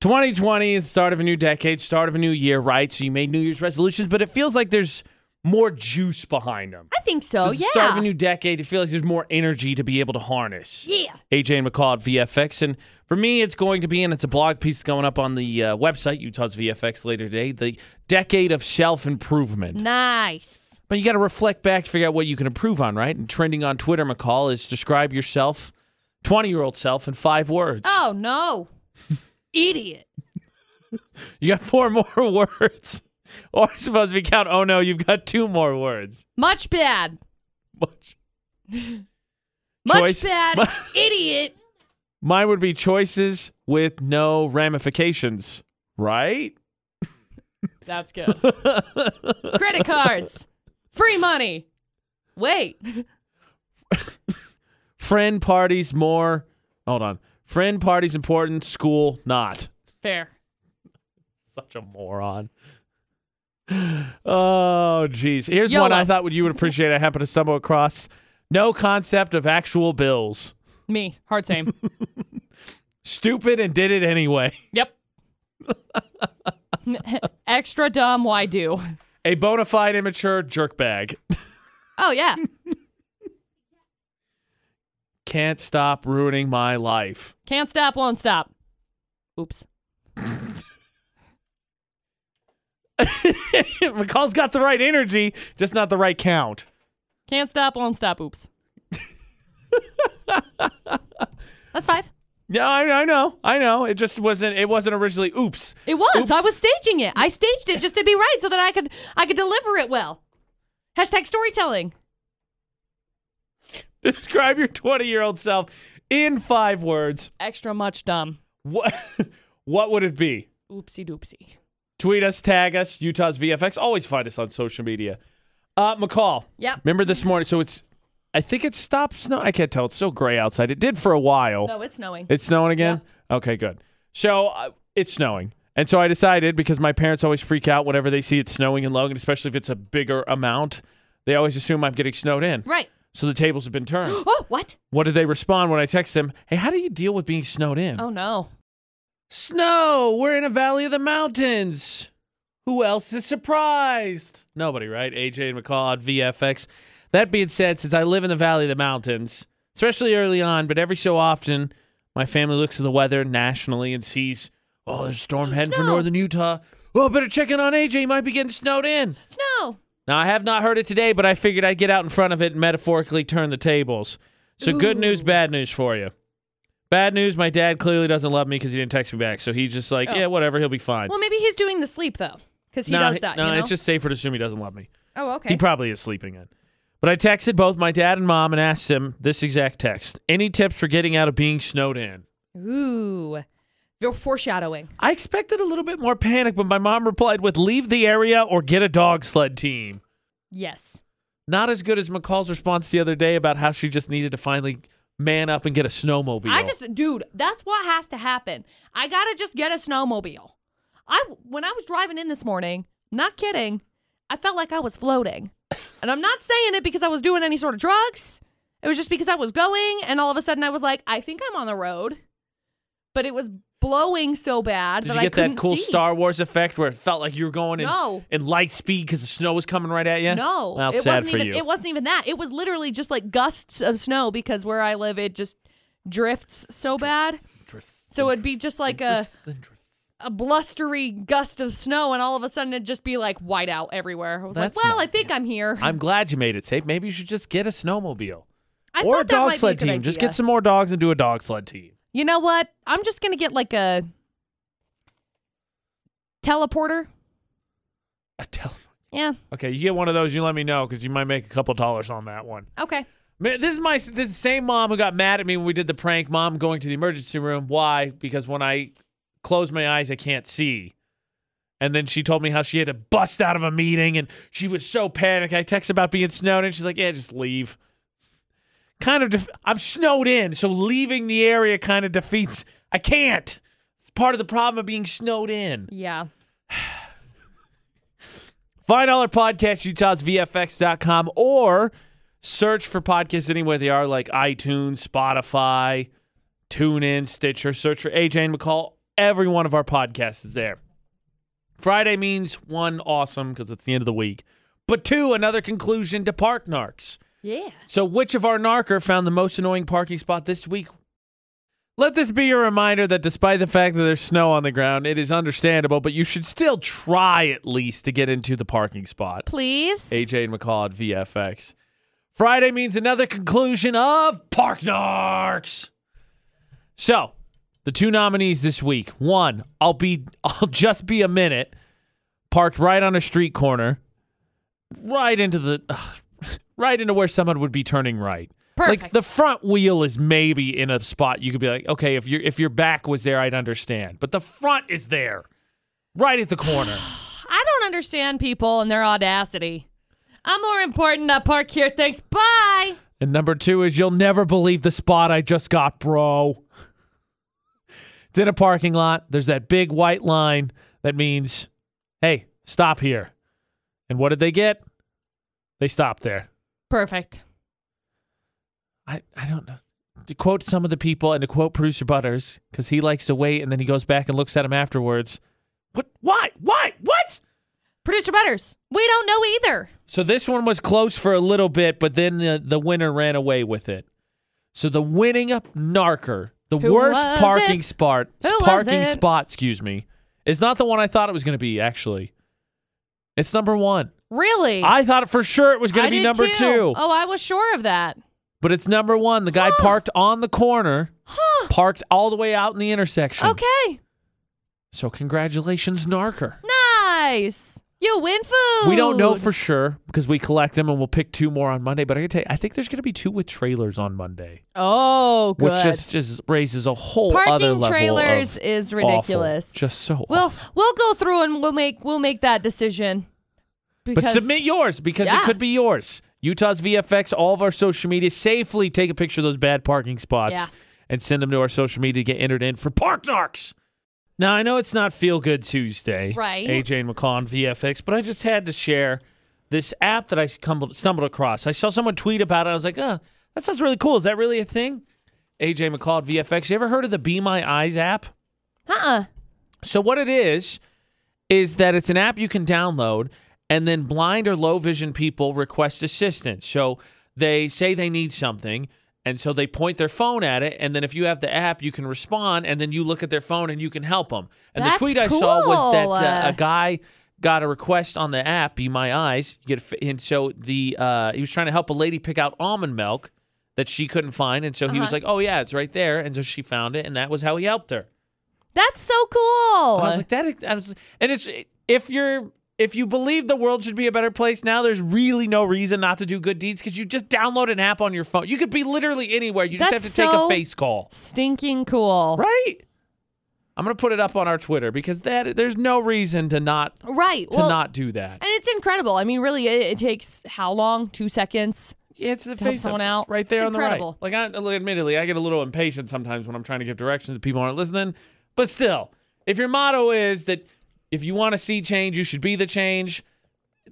Speaker 1: 2020 is the start of a new decade, start of a new year, right? So you made New Year's resolutions, but it feels like there's more juice behind them.
Speaker 2: I think so.
Speaker 1: Since the start of a new decade, it feels like there's more energy to be able to harness.
Speaker 2: yeah.
Speaker 1: AJ and McCall at VFX. And for me, it's going to be, and it's a blog piece going up on the uh, website, Utah's VFX, later today, the decade of self improvement.
Speaker 2: Nice.
Speaker 1: But you got to reflect back to figure out what you can improve on, right? And trending on Twitter, McCall, is describe yourself, 20 year old self, in five words.
Speaker 2: Oh
Speaker 1: [LAUGHS]
Speaker 2: no. idiot.
Speaker 1: You got four [LAUGHS] more words. Or suppose we count, oh no, you've got two more words.
Speaker 2: Much bad.
Speaker 1: Much-
Speaker 2: Much
Speaker 1: Choice- [LAUGHS]
Speaker 2: bad.
Speaker 1: mu-
Speaker 2: idiot.
Speaker 1: Mine would be choices with no ramifications, right?
Speaker 2: That's [LAUGHS] good. Credit cards. Free money. Wait.
Speaker 1: Friend parties more. Hold on. Friend parties important, school not. [LAUGHS]
Speaker 2: Fair.
Speaker 1: Such a moron. [SIGHS] Oh, geez. Here's one
Speaker 2: YOLO.
Speaker 1: I thought would you would appreciate. I happened to stumble across. No concept of actual bills.
Speaker 2: Me. Hard same.
Speaker 1: Stupid and did it
Speaker 2: [LAUGHS]
Speaker 1: anyway. [LAUGHS]
Speaker 2: Yep. Extra dumb, why do?
Speaker 1: a bona fide immature jerkbag.
Speaker 2: Oh yeah.
Speaker 1: Can't stop ruining my life. [LAUGHS]
Speaker 2: Can't stop, won't stop. Oops.
Speaker 1: McCall's got the right energy, just not the right count.
Speaker 2: Can't stop, won't stop. Oops. That's five.
Speaker 1: No, I, I know, I know. It just wasn't. It wasn't originally. Oops. [LAUGHS]
Speaker 2: It was.
Speaker 1: Oops.
Speaker 2: I was staging it. I staged it just to be right so that I could I could deliver it well. Hashtag storytelling.
Speaker 1: Describe your 20 year old self in five words.
Speaker 2: Extra much dumb.
Speaker 1: What? [LAUGHS] What would it be?
Speaker 2: Oopsie doopsie.
Speaker 1: Tweet us, tag us, Utah's VFX. Always find us on social media. Uh, McCall.
Speaker 2: Yep.
Speaker 1: Remember this morning? So it's. I think it stopped snow. I can't tell. It's so gray outside. It did for a while.
Speaker 2: No, it's snowing.
Speaker 1: It's snowing again? Okay, good. So uh, it's snowing. And so I decided because my parents always freak out whenever they see it snowing in Logan, especially if it's a bigger amount. They always assume I'm getting snowed in.
Speaker 2: Right.
Speaker 1: So the tables have been turned.
Speaker 2: [GASPS] Oh, what?
Speaker 1: what did they respond when I text them? Hey, how do you deal with being snowed in?
Speaker 2: Oh no.
Speaker 1: Snow! We're in a valley of the mountains. Who else is surprised? Nobody, right? AJ and McCall on VFX. That being said, since I live in the valley of the mountains, especially early on, but every so often, my family looks at the weather nationally and sees, oh, there's a storm heading for
Speaker 2: snow.
Speaker 1: northern Utah. Oh, better check in on AJ. He might be getting snowed in.
Speaker 2: Snow.
Speaker 1: Now, I have not heard it today, but I figured I'd get out in front of it and metaphorically turn the tables. So, good news, bad news for you. Bad news, my dad clearly doesn't love me because he didn't text me back. So he's just like, yeah, whatever, he'll be fine.
Speaker 2: Oh. Well, maybe he's doing the sleep though, because he
Speaker 1: no,
Speaker 2: does that.
Speaker 1: No,
Speaker 2: you know?
Speaker 1: it's just safer to assume he doesn't love me.
Speaker 2: Oh, okay.
Speaker 1: He probably is sleeping in. But I texted both my dad and mom and asked him this exact text Any tips for getting out of being snowed in?
Speaker 2: Ooh. You're foreshadowing.
Speaker 1: I expected a little bit more panic, but my mom replied with leave the area or get a dog sled team.
Speaker 2: Yes.
Speaker 1: not as good as McCall's response the other day about how she just needed to finally man up and get a snowmobile.
Speaker 2: I just, dude, that's what has to happen. I gotta just get a snowmobile. I when I was driving in this morning, not kidding, I felt like I was floating, [COUGHS] and I'm not saying it because I was doing any sort of drugs. It was just because I was going, and all of a sudden I was like, I think I'm on the road, but it was blowing so bad
Speaker 1: did
Speaker 2: that
Speaker 1: you
Speaker 2: I
Speaker 1: get
Speaker 2: couldn't
Speaker 1: that cool
Speaker 2: see.
Speaker 1: Star Wars effect where it felt like you were going in,
Speaker 2: No.
Speaker 1: in light speed because the snow was coming right at you?
Speaker 2: No,
Speaker 1: Well,
Speaker 2: it
Speaker 1: sad
Speaker 2: wasn't
Speaker 1: for
Speaker 2: even.
Speaker 1: you.
Speaker 2: It wasn't even that. It was literally just like gusts of snow because where I live, it just drifts so bad.
Speaker 1: Drifts,
Speaker 2: So it'd be just like a
Speaker 1: drifts, and drifts.
Speaker 2: a blustery gust of snow, and all of a sudden it'd just be like white out everywhere. I was
Speaker 1: That's
Speaker 2: like, well,
Speaker 1: not-
Speaker 2: I think I'm here.
Speaker 1: I'm glad you made it safe. Maybe you should just get a snowmobile
Speaker 2: I
Speaker 1: or a
Speaker 2: thought that
Speaker 1: dog
Speaker 2: might be
Speaker 1: sled
Speaker 2: good
Speaker 1: team. Just
Speaker 2: idea.
Speaker 1: get some more dogs and do a dog sled team.
Speaker 2: You know what? I'm just gonna get like a teleporter.
Speaker 1: A tele-
Speaker 2: Yeah.
Speaker 1: okay, you get one of those, you let me know because you might make a couple dollars on that one.
Speaker 2: Okay.
Speaker 1: Man, this is my this is the same mom who got mad at me when we did the prank. Mom going to the emergency room. Why? Because when I close my eyes, I can't see. And then she told me how she had to bust out of a meeting, and she was so panicked. I texted about being snowed in. She's like, "Yeah, just leave." Kind of, def- I'm snowed in, so leaving the area kind of defeats. I can't. It's part of the problem of being snowed in.
Speaker 2: Yeah.
Speaker 1: Find all our podcasts, Utah's VFX.com, or search for podcasts anywhere they are, like iTunes, Spotify, TuneIn, Stitcher. Search for AJ and McCall. Every one of our podcasts is there. Friday means one, awesome, because it's the end of the week, but two, another conclusion to Park Narcs.
Speaker 2: Yeah.
Speaker 1: So, which of our narker found the most annoying parking spot this week? Let this be a reminder that despite the fact that there's snow on the ground, it is understandable, but you should still try at least to get into the parking spot.
Speaker 2: Please.
Speaker 1: AJ and McCall at VFX. Friday means another conclusion of Park Narcs. So, the two nominees this week. One, I'll be [LAUGHS] I'll just be a minute parked right on a street corner right into the [SIGHS] ugh, right into where someone would be turning right. Like
Speaker 2: Perfect.
Speaker 1: the front wheel is maybe in a spot you could be like, okay, if your if your back was there, I'd understand. But the front is there. Right at the corner.
Speaker 2: I don't understand people and their audacity. I'm more important. I park here. Thanks. Bye.
Speaker 1: And number two is you'll never believe the spot I just got, bro. It's in a parking lot. There's that big white line that means, hey, stop here. And what did they get? They stopped there.
Speaker 2: Perfect.
Speaker 1: I, I don't know. To quote some of the people and to quote producer Butters, because he likes to wait and then he goes back and looks at him afterwards. What? Why? Why? What?
Speaker 2: Producer Butters.
Speaker 5: We don't know either.
Speaker 1: So this one was close for a little bit, but then the, the winner ran away with it. So the winning narker, the
Speaker 5: Who
Speaker 1: worst
Speaker 5: was
Speaker 1: parking
Speaker 5: it?
Speaker 1: spot,
Speaker 5: Who was
Speaker 1: parking
Speaker 5: it?
Speaker 1: spot, excuse me, is not the one I thought it was going to be. Actually, it's number one.
Speaker 2: Really?
Speaker 1: I thought for sure it was going
Speaker 2: I
Speaker 1: to be
Speaker 2: did
Speaker 1: number
Speaker 2: too.
Speaker 1: two,
Speaker 2: Oh, I was sure of that.
Speaker 1: but it's number one. The guy parked on the corner,
Speaker 5: Huh.
Speaker 1: parked all the way out in the intersection.
Speaker 5: Okay.
Speaker 1: So congratulations, narker.
Speaker 5: Nice. You win food.
Speaker 1: We don't know for sure because we collect them and we'll pick two more on Monday. But I can tell you, I think there's going to be two with trailers on Monday.
Speaker 2: Oh, good.
Speaker 1: which just just raises a whole other
Speaker 2: Parking
Speaker 1: level
Speaker 2: trailers
Speaker 1: of
Speaker 2: is
Speaker 1: awful.
Speaker 2: ridiculous.
Speaker 1: Just so
Speaker 2: We'll
Speaker 1: awful.
Speaker 2: we'll go through and we'll make we'll make that decision.
Speaker 1: But
Speaker 2: Because
Speaker 1: submit yours because
Speaker 2: Yeah.
Speaker 1: it could be yours. Utah's VFX, all of our social media, safely take a picture of those bad parking spots
Speaker 2: Yeah.
Speaker 1: and send them to our social media to get entered in for Park Narks. Now I know it's not Feel Good Tuesday,
Speaker 2: Right.
Speaker 1: AJ and McCon VFX, but I just had to share this app that I stumbled, stumbled across. I saw someone tweet about it. I was like, "Uh, that sounds really cool. Is that really a thing?" AJ McCall at VFX. You ever heard of the Be My Eyes app?
Speaker 2: uh-uh.
Speaker 1: So what it is is that it's an app you can download and then blind or low vision people request assistance. So they say they need something and so they point their phone at it and then if you have the app you can respond and then you look at their phone and you can help them. And
Speaker 2: That's
Speaker 1: the tweet I saw was that
Speaker 2: cool.
Speaker 1: uh, a guy got a request on the app Be My Eyes. You get a f- and so the uh, he was trying to help a lady pick out almond milk that she couldn't find and so he was
Speaker 2: Uh-huh.
Speaker 1: like, "Oh yeah, it's right there." And so she found it and that was how he helped her.
Speaker 2: That's so cool.
Speaker 1: I was like, that. I was, and it's if you're if you believe the world should be a better place now, there's really no reason not to do good deeds because you just download an app on your phone. You could be literally anywhere. You just
Speaker 2: That's
Speaker 1: have to take a
Speaker 2: so-
Speaker 1: face call,
Speaker 2: Stinking cool.
Speaker 1: right? I'm gonna put it up on our Twitter because that there's no reason to not to
Speaker 2: Right. Well,
Speaker 1: not do that.
Speaker 2: and it's incredible. I mean, really, it, it takes how long? Two seconds.
Speaker 1: Yeah, it's the
Speaker 2: help
Speaker 1: face
Speaker 2: someone
Speaker 1: up,
Speaker 2: out.
Speaker 1: right
Speaker 2: It's
Speaker 1: there on
Speaker 2: incredible.
Speaker 1: the right. Like, I, like, admittedly, I get a little impatient sometimes when I'm trying to give directions and people aren't listening. But still, if your motto is that if you want to see change, you should be the change.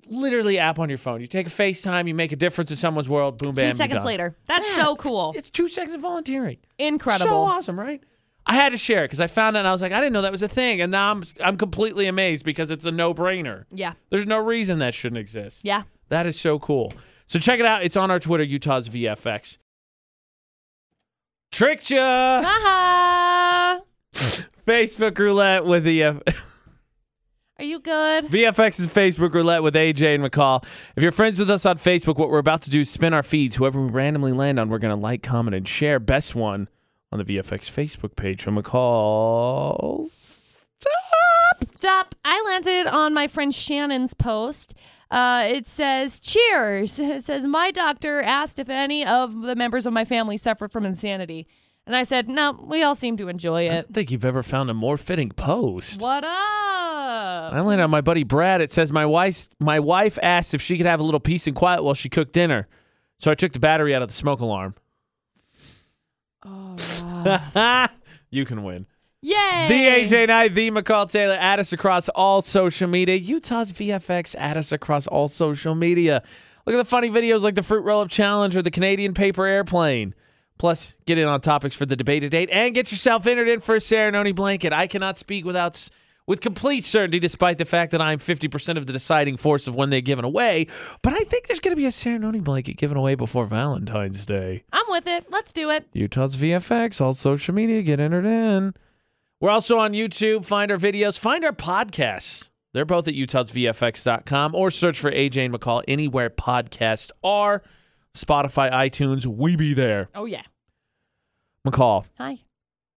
Speaker 1: Literally, app on your phone. You take a FaceTime, you make a difference in someone's world. Boom, bam.
Speaker 2: Two
Speaker 1: you're
Speaker 2: seconds
Speaker 1: done.
Speaker 2: later. That's
Speaker 1: Yeah,
Speaker 2: so
Speaker 1: it's-
Speaker 2: cool.
Speaker 1: It's two seconds of volunteering. So
Speaker 2: Incredible.
Speaker 1: awesome, right? I had to share it because I found it and I was like, I didn't know that was a thing, and now I'm I'm completely amazed because it's a no brainer.
Speaker 2: yeah.
Speaker 1: There's no reason that shouldn't exist.
Speaker 2: Yeah.
Speaker 1: That is so cool. So check it out. It's on our Twitter, Utah's VFX. Tricked ya!
Speaker 2: [LAUGHS] Haha.
Speaker 1: Facebook roulette with the uh, [LAUGHS]
Speaker 5: Are you good?
Speaker 1: VFX's Facebook roulette with AJ and McCall. If you're friends with us on Facebook, what we're about to do is spin our feeds. Whoever we randomly land on, we're gonna like, comment, and share. Best one on the VFX Facebook page from McCall's.
Speaker 5: Stop. I landed on my friend Shannon's post. Uh, it says, Cheers. [LAUGHS] It says, My doctor asked if any of the members of my family suffer from insanity. And I said, No, we all seem to enjoy
Speaker 1: I [LAUGHS]
Speaker 5: it.
Speaker 1: don't think you've ever found a more fitting post.
Speaker 5: What up?
Speaker 1: I landed on my buddy Brad. It says my wife my wife asked if she could have a little peace and quiet while she cooked dinner. So I took the battery out of the smoke alarm. [LAUGHS]
Speaker 5: Oh,
Speaker 1: you can win.
Speaker 5: Yay.
Speaker 1: The AJ Knight, the McCall Taylor, add us across all social media. Utah's VFX, add us across all social media. Look at the funny videos like the Fruit Roll Up Challenge or the Canadian Paper Airplane. Plus, get in on topics for the debate date and get yourself entered in for a Serenoni blanket. I cannot speak without s- with complete certainty, despite the fact that I'm 50% of the deciding force of when they're given away. But I think there's going to be a Serenoni blanket given away before Valentine's Day.
Speaker 5: I'm with it. Let's do it.
Speaker 1: Utah's VFX, all social media, get entered in. We're also on YouTube. Find our videos, find our podcasts. They're both at utahsvfx.com or search for AJ and McCall anywhere podcasts are. Spotify, iTunes, we be there.
Speaker 5: Oh, yeah.
Speaker 1: McCall,
Speaker 5: Hi.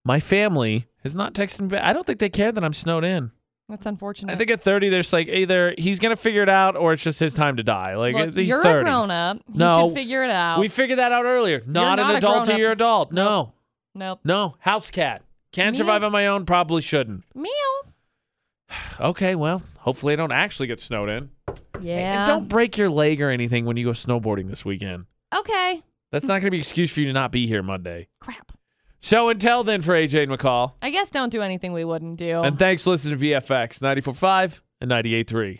Speaker 1: my family has not texted me back. I don't think they care that I'm snowed in.
Speaker 5: That's unfortunate.
Speaker 1: I think at 30, there's like either he's going to figure it out or it's just his time to die. Like,
Speaker 5: Look,
Speaker 1: he's
Speaker 5: you're a
Speaker 1: 30.
Speaker 5: grown up. You
Speaker 1: No.
Speaker 5: should figure it out.
Speaker 1: We figured that out earlier. Not,
Speaker 5: not
Speaker 1: an
Speaker 5: a
Speaker 1: adult to
Speaker 5: grown-up.
Speaker 1: your adult. No,
Speaker 5: nope.
Speaker 1: no. House cat. Can
Speaker 5: Me?
Speaker 1: survive on my own, probably shouldn't.
Speaker 5: Meow.
Speaker 1: Okay, well, hopefully I don't actually get snowed in.
Speaker 5: Yeah.
Speaker 1: And don't break your leg or anything when you go snowboarding this weekend.
Speaker 5: Okay.
Speaker 1: That's not going to be an excuse for you to not be here Monday.
Speaker 5: Crap.
Speaker 1: So until then, for AJ and McCall,
Speaker 2: Oh.
Speaker 5: I guess don't do anything we wouldn't do.
Speaker 1: and thanks for listening to VFX 94.5 and 98.3.